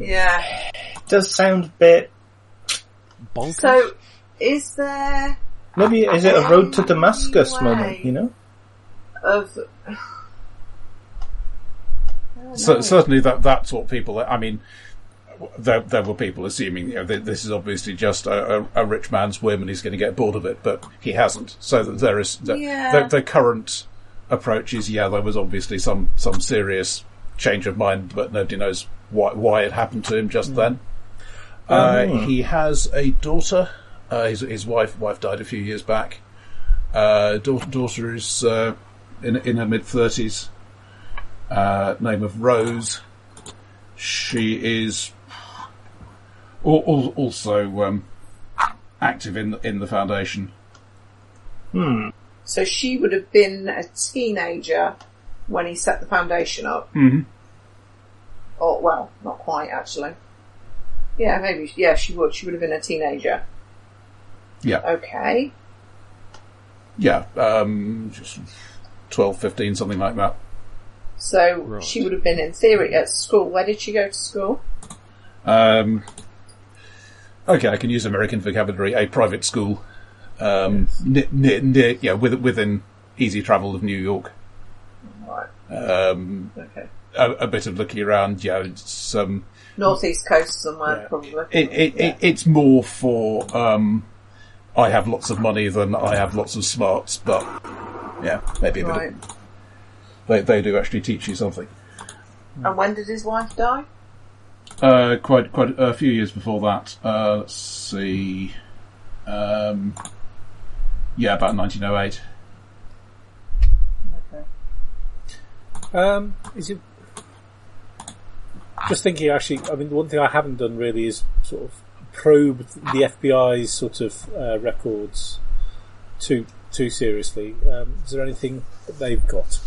yeah.
does sound a bit.
Bonkers.
So, is there
Maybe is it a road to Damascus
Why?
moment? You know,
of
so, certainly that that's what people. I mean, there, there were people assuming you know that this is obviously just a, a, a rich man's whim and he's going to get bored of it, but he hasn't. So that there is the,
Yeah.
the, the current approach is yeah, there was obviously some some serious change of mind, but nobody knows why why it happened to him just then. Uh, He has a daughter. Uh, his, his wife wife died a few years back. Uh, daughter, daughter is uh, in in her mid thirties. Uh, name of Rose. She is al- al- also um, active in in the foundation.
so she would have been a teenager when he set the foundation up. Or well, not quite actually. Yeah, maybe. Yeah, she would. She would have been a teenager.
Yeah,
Okay.
yeah, um, just 12, 15, something like that.
So
Right.
she would have been in theory at school. Where did she go to school?
Um, okay, I can use American vocabulary. A private school, um, near, near, near, yeah, with, within easy travel of New York.
Right.
Um,
Okay.
a, a bit of looking around. Yeah, it's um,
Northeast coast somewhere
Yeah.
probably.
it, it, it, it's more for um, I have lots of money than I have lots of smarts, but yeah, maybe a
right.
bit. Of, they they do actually teach you something.
And when did his wife die?
Uh, quite quite a few years before that. Uh, let's see, um, yeah, about 1908.
Okay.
Um, is it? Just thinking, actually, I mean, the one thing I haven't done really is sort of probe the FBI's sort of uh, records too too seriously. Um, is there anything that they've got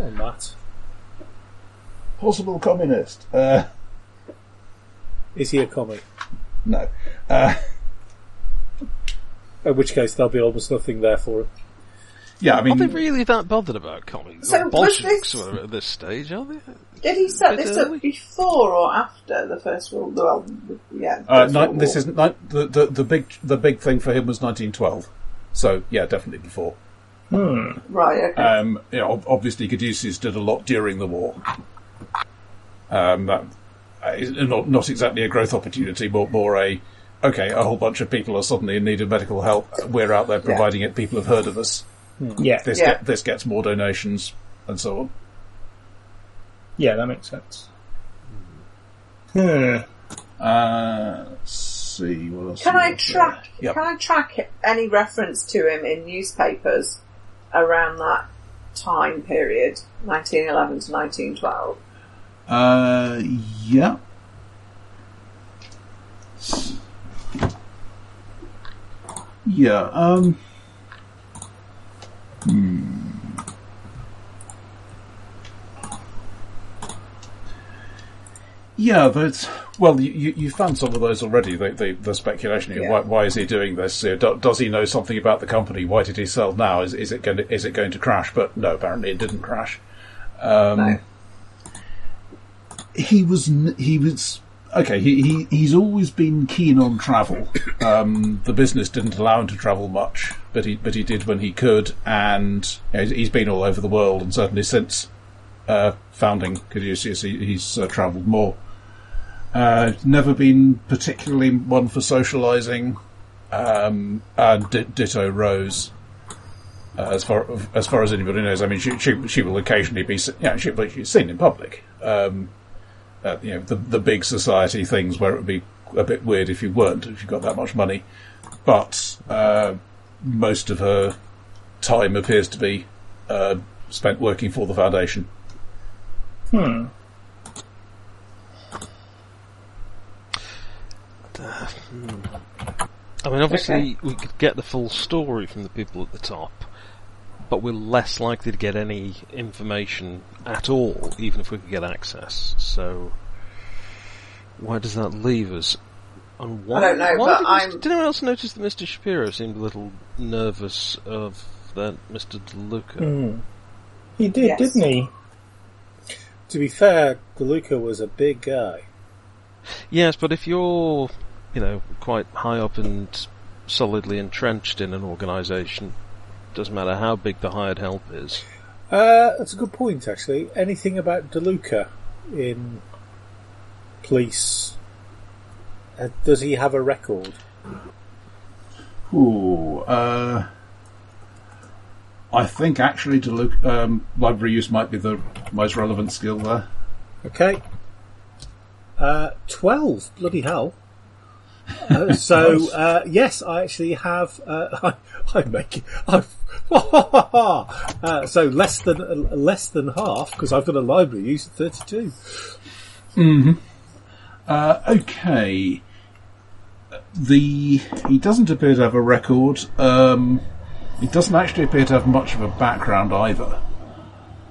on that?
Possible communist. Uh,
Is he a comic?
no. Uh,
In which case, there'll be almost nothing there for him.
yeah, I
Are
mean,
they really that bothered about commies
So
or
was
Bolsheviks
this-
or whatever at this stage? Are they?
Did he set
Bit
this up
early.
before or after the First World War? Well, yeah. the
Uh,
First
ni-
World
this
War.
is ni- the, the the big the big thing for him was 1912. So yeah, definitely before.
Right, okay.
Um, you know, ob- obviously, Caduceus did a lot during the war. Um, that uh, is not not exactly a growth opportunity, but more a okay. A whole bunch of people are suddenly in need of medical help. We're out there providing it. People have heard of us.
yeah,
This
Yeah.
get, this gets more donations and so on.
yeah, that makes sense. Hmm.
Uh, let's see what else.
can
we
I
got
track?
there? Yep.
Can I track any reference to him in newspapers around that time period, 1911 to 1912?
Uh, yeah. Yeah, um. hmm. Yeah, that's well. You, you you found some of those already. The the, the speculation here.
Yeah.
Why, why is he doing this? Uh, do, does he know something about the company? Why did he sell now? Is is it going to, is it going to crash? But no, apparently it didn't crash. Um,
no.
He was n- he was okay. He, he he's always been keen on travel. Um, the business didn't allow him to travel much, but he but he did when he could, and you know, he's, he's been all over the world, and certainly since uh, founding Caduceus, he, he's uh, travelled more. Uh, never been particularly one for socialising. Um, and di- ditto Rose. Uh, as far as far as anybody knows, I mean, she she, she will occasionally be, se- yeah, she, but she's seen in public. Um, uh, you know, the the big society things where it would be a bit weird if you weren't, if you got that much money. But uh, most of her time appears to be uh, spent working for the foundation.
I mean, obviously,
Okay.
we could get the full story from the people at the top, but we're less likely to get any information at all, even if we could get access. So, where does that leave us? And why,
don't know,
why
but
did, Mr-
I'm-
did anyone else notice that Mr. Shapiro seemed a little nervous of that Mr. DeLuca?
He did,
Yes.
didn't he?
To be fair, DeLuca was a big guy.
Yes, but if you're, you know, quite high up and solidly entrenched in an organisation, doesn't matter how big the hired help is.
Uh, that's a good point, actually. Anything about DeLuca in police? Uh, does he have a record?
Ooh, uh, I think actually, to look, um, library use might be the most relevant skill there.
Okay. Uh, 12. Bloody hell. Uh, so, uh, yes, I actually have, uh, (laughs) I, (laughs) I make it, I've, uh, so less than, less than half, because I've got a library use of 32.
Uh, okay. The he doesn't appear to have a record. Um, he doesn't actually appear to have much of a background either.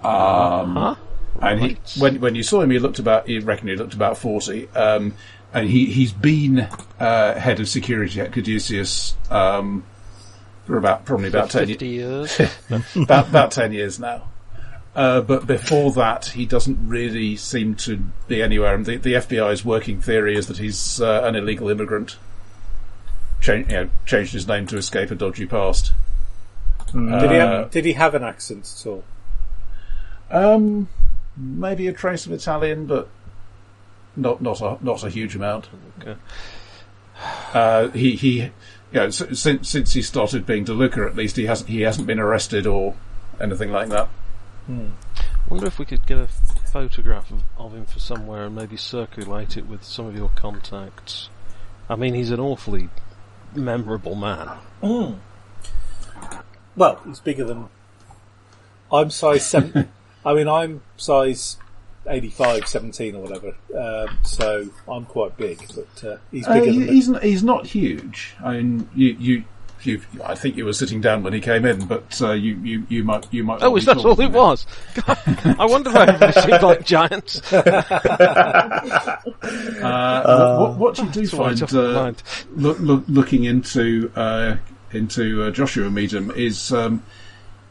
Huh?
And he,
Right.
when when you saw him, he looked about. He reckoned he looked about forty. Um, and he he's been uh, head of security at Caduceus um, for about probably about ten
Fifty years.
(laughs) about, about 10 years now. Uh, but before that, he doesn't really seem to be anywhere. And the, the FBI's working theory is that he's uh, an illegal immigrant. Changed, you know, changed his name to escape a dodgy past.
Did he
Uh,
have, did he have an accent at all?
Um, maybe a trace of Italian, but not not a not a huge amount.
Okay.
Uh, he he, you know, s- since since he started being DeLuca, at least he hasn't he hasn't been arrested or anything like that.
Wonder if we could get a photograph of, of him for somewhere and maybe circulate it with some of your contacts. I mean, he's an awfully memorable man.
Well, he's bigger than. I'm size
(laughs)
seven. I mean, I'm size 85, 17 or whatever. Um, so I'm quite big, but uh, he's
Uh,
bigger
he-
than.
he's not, he's not huge. I mean, you you. You, I think you were sitting down when he came in, but uh, you, you, you might you might.
Oh,
not
is
be
that
taller
all
than
it
me.
was? God, I wonder why everybody seemed like giants.
Uh, what, what do you do
That's why I
find
took my
uh,
mind.
look, look, looking into uh, into uh, Joshua Meadham is um,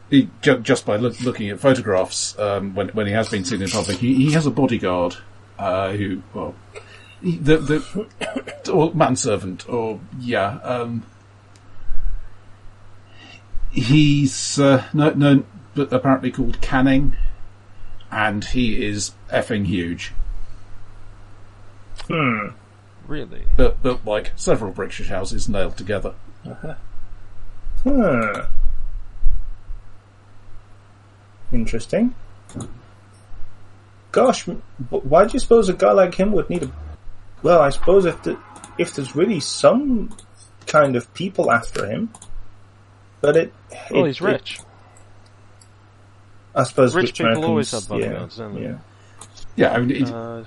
he, ju- just by look, looking at photographs um, when when he has been seen in public, he, he has a bodyguard uh, who well he- the the (coughs) or manservant or yeah um, he's uh, no no but apparently called Canning, and he is effing huge.
(laughs) Really?
built, built like several brickshire houses nailed together.
Hmm. Interesting. Gosh, m- wh- why do you suppose a guy like him would need a? Well, I suppose if the, if there's really some kind of people after him, but it.
Well,
it-
he's
it-
rich.
I suppose
Rich
rich
people
Americans,
always have
yeah,
bodyguards, don't they?
Yeah.
Yeah, I mean, it,
Uh,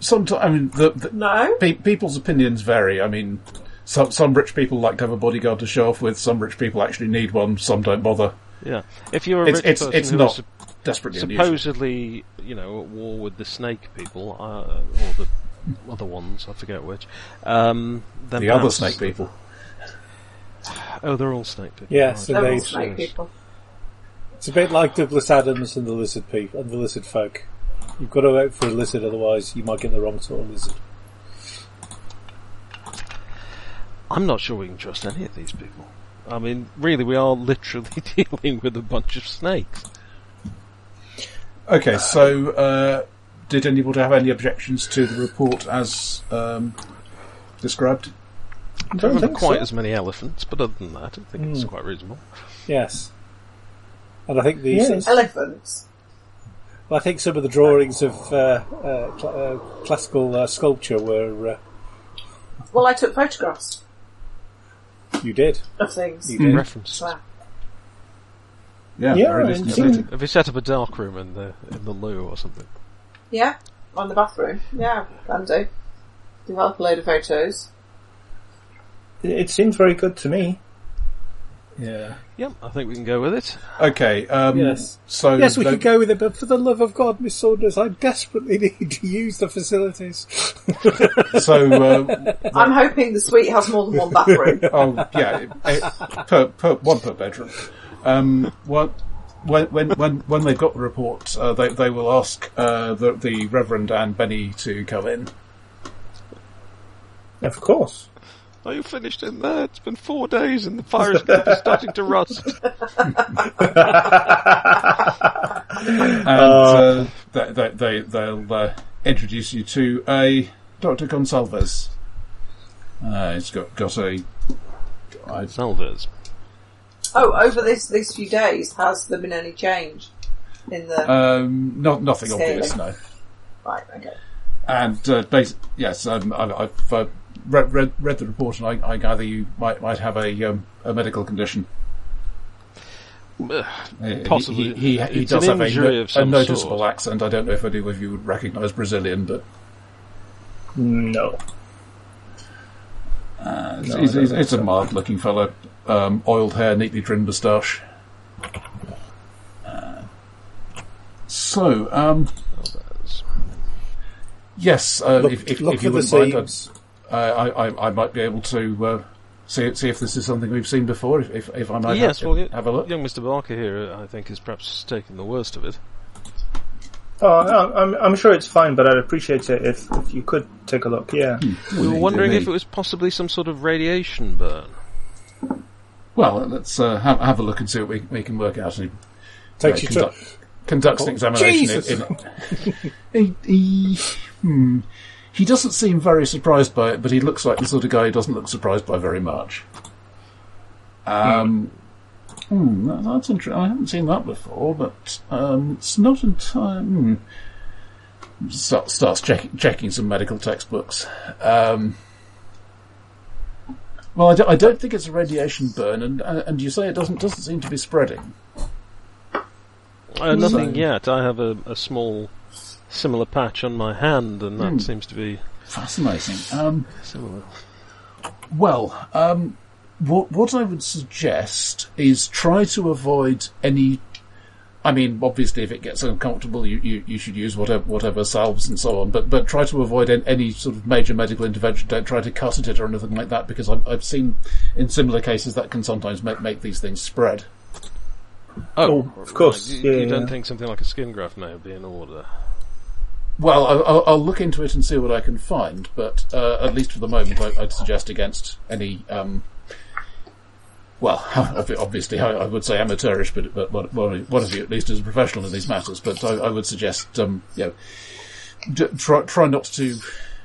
sometimes I mean the, the
No?
pe- people's opinions vary. I mean, some some rich people like to have a bodyguard to show off with. Some rich people actually need one. Some don't bother.
yeah. If you're a
It's-
rich
it's-
person
it's
who
not-
was
desperately unusual.
supposedly, you know, at war with the snake people, uh, or the other ones, I forget which. Um, then
The other
perhaps-
snake people.
Oh, they're all snake people.
Yeah,
right.
so
They're all
Today's
snake
news.
people.
It's a bit like Douglas Adams and the lizard people and the lizard folk. You've got to vote for a lizard, otherwise you might get the wrong sort of lizard.
I'm not sure we can trust any of these people. I mean, really, we are literally (laughs) dealing with a bunch of snakes.
Okay, so uh, did anybody have any objections to the report as um, described?
I
There
don't
aren't
think
quite
so.
as many elephants, but other than that, I think it's quite reasonable.
Yes, and I think the
Yes.
Elephants.
I think some of the drawings of uh, uh, cl- uh, classical uh, sculpture were uh,
Well, I took photographs
you did.
of things.
You did.
References.
Wow.
Yeah,
Yeah,
there it is
I
completed.
think-
Have you set up a dark room in the in the loo or something?
Yeah, on the bathroom. Yeah, can do. Develop a load of photos.
It it seems very good to me.
Yeah.
Yep, I think we can go with it.
Okay, um,
Yes.
so
Yes, we
tho-
could go with it, but for the love of God, Miss Saunders, I desperately (laughs) need to use the facilities.
so
(laughs)
uh,
I'm hoping the suite has more than one bathroom.
oh yeah, it- it- per, per, one per bedroom. Um, what when when when when they've got the report, uh, they they will ask uh, the the Reverend and Benny to come in.
Of course.
Are you finished in there? It's been four days and the fire escape is starting to rust.
and uh, they, they, they, they'll uh, introduce you to a Dr. Gonsalves. Uh, he's got, got a. I-
Salvers.
Oh, over this these few days, has there been any change in the
um, not, nothing
Scaly.
obvious, no.
right? Okay,
And uh, bas yes, um, I, I've uh, read, read, read the report, and I, I gather you might, might have a, um, a medical condition. Uh, he-
Possibly.
He, he, he,
It's
does
an
have a,
injury
no-
of some
a noticeable
sort.
accent. I don't know if any of you would recognise Brazilian, but
No.
It's, it's-
No, I don't
it's-
think
it's a mild looking fellow. Um, oiled hair, neatly trimmed moustache. Uh, So, um,
Salvers.
yes, uh,
Look-
if, if,
look
if you
for the
wouldn't mind, I'd-
seams.
I, I, I- I might be able to uh, see see if this is something we've seen before. If, if, if I might
yes,
have,
well, y-
have a look.
young Mr. Barker here, uh, I think, is perhaps taking the worst of it.
Oh, I- I'm, I'm sure it's fine, but I'd appreciate it if, if you could take a look. Yeah.
We were wondering if it was possibly some sort of radiation burn.
Well, let's uh, have, have a look and see what we, we can work out. And, uh,
Takes you to
conduct, conducts an examination.
Jesus!
In,
(laughs)
in, he, he, hmm. he doesn't seem very surprised by it, but he looks like the sort of guy who doesn't look surprised by very much. Um, hmm, that- that's interesting. I haven't seen that before, but um, it's not entirely. Hmm. Start, starts check, checking some medical textbooks. Um, well, I, do, I don't think it's a radiation burn, and and you say it doesn't doesn't seem to be spreading.
Uh, nothing
So-
yet. I have a, a small, similar patch on my hand, and that
Hmm.
seems to be
Fascinating. Um,
similar.
Well, um, what what I would suggest is try to avoid any. I mean, obviously, if it gets uncomfortable, you, you, you should use whatever whatever salves and so on. But but try to avoid an- any sort of major medical intervention. Don't try to cut at it or anything like that, because I've, I've seen in similar cases that can sometimes make make these things spread.
Oh, of course.
Uh, You,
Yeah,
you
yeah,
don't
yeah.
think something like a skin graft may be in order?
Well, I- I'll, I'll look into it and see what I can find, but uh, at least for the moment, I, I'd suggest against any. Um, well, (laughs) ob- obviously, I, I would say amateurish, but, but one, one one of you at least is a professional in these matters. But I, I would suggest, um, you know, d- try, try not to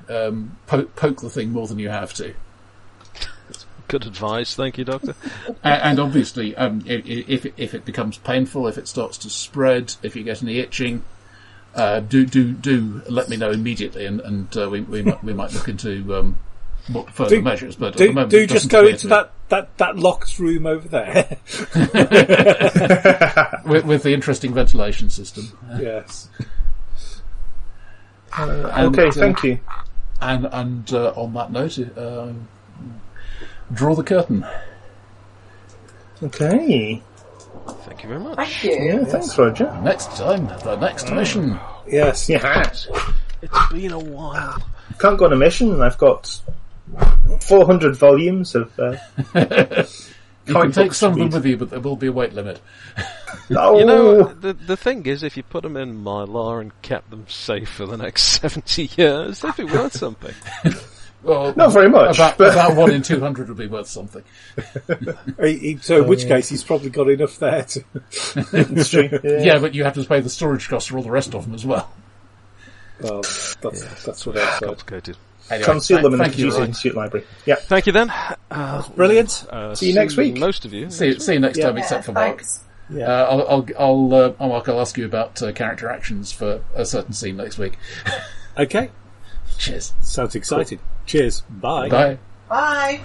um, po- poke the thing more than you have to.
Good advice, thank you, Doctor.
A- And obviously, um, i- i- if it- if it becomes painful, if it starts to spread, if you get any itching, uh, do do do let me know immediately, and, and uh, we we might, we might look into um, what further
Do-
measures. But at the
Do,
moment,
do
it doesn't
just go
appear
into
to.
that, that, that locked room over there.
with, with the interesting ventilation system.
yes.
And,
Okay,
uh,
thank you.
And and uh, on that note, uh, draw the curtain.
Okay.
Thank you very much.
Thank you.
Yeah, thanks, Roger.
Next time, the next mission.
Yes, yes.
It's been a while.
Can't go on a mission. I've got 400 volumes of.
(laughs)
Uh,
You can
Comic
take
books
some of them
read.
with you, but there will be a weight limit.
oh,
You know, the the thing is, if you put them in mylar and kept them safe for the next (laughs) seventy years, they'd be worth something.
Well,
Not very much,
About,
but-
about one in two hundred would be worth something.
He- he- so in which case he's probably got enough there to
(laughs) it's true.
(laughs) Yeah. but you have to pay the storage costs for all the rest of them as well.
well, that's, that's what I said.
Complicated.
Anyway,
Conceal
thank-
them in the
thank you,
Producer
Ryan.
Institute Library. Yeah,
Thank you then. Uh,
brilliant.
uh,
See you next week.
Most of you.
See, see you next time,
Yeah,
except for Mark.
thanks.
Uh, I'll, I'll, I'll, uh, oh, Mark, I'll ask you about uh, character actions for a certain scene next week.
Okay,
Cheers.
sounds exciting. Cheers. Bye.
Bye.
Bye.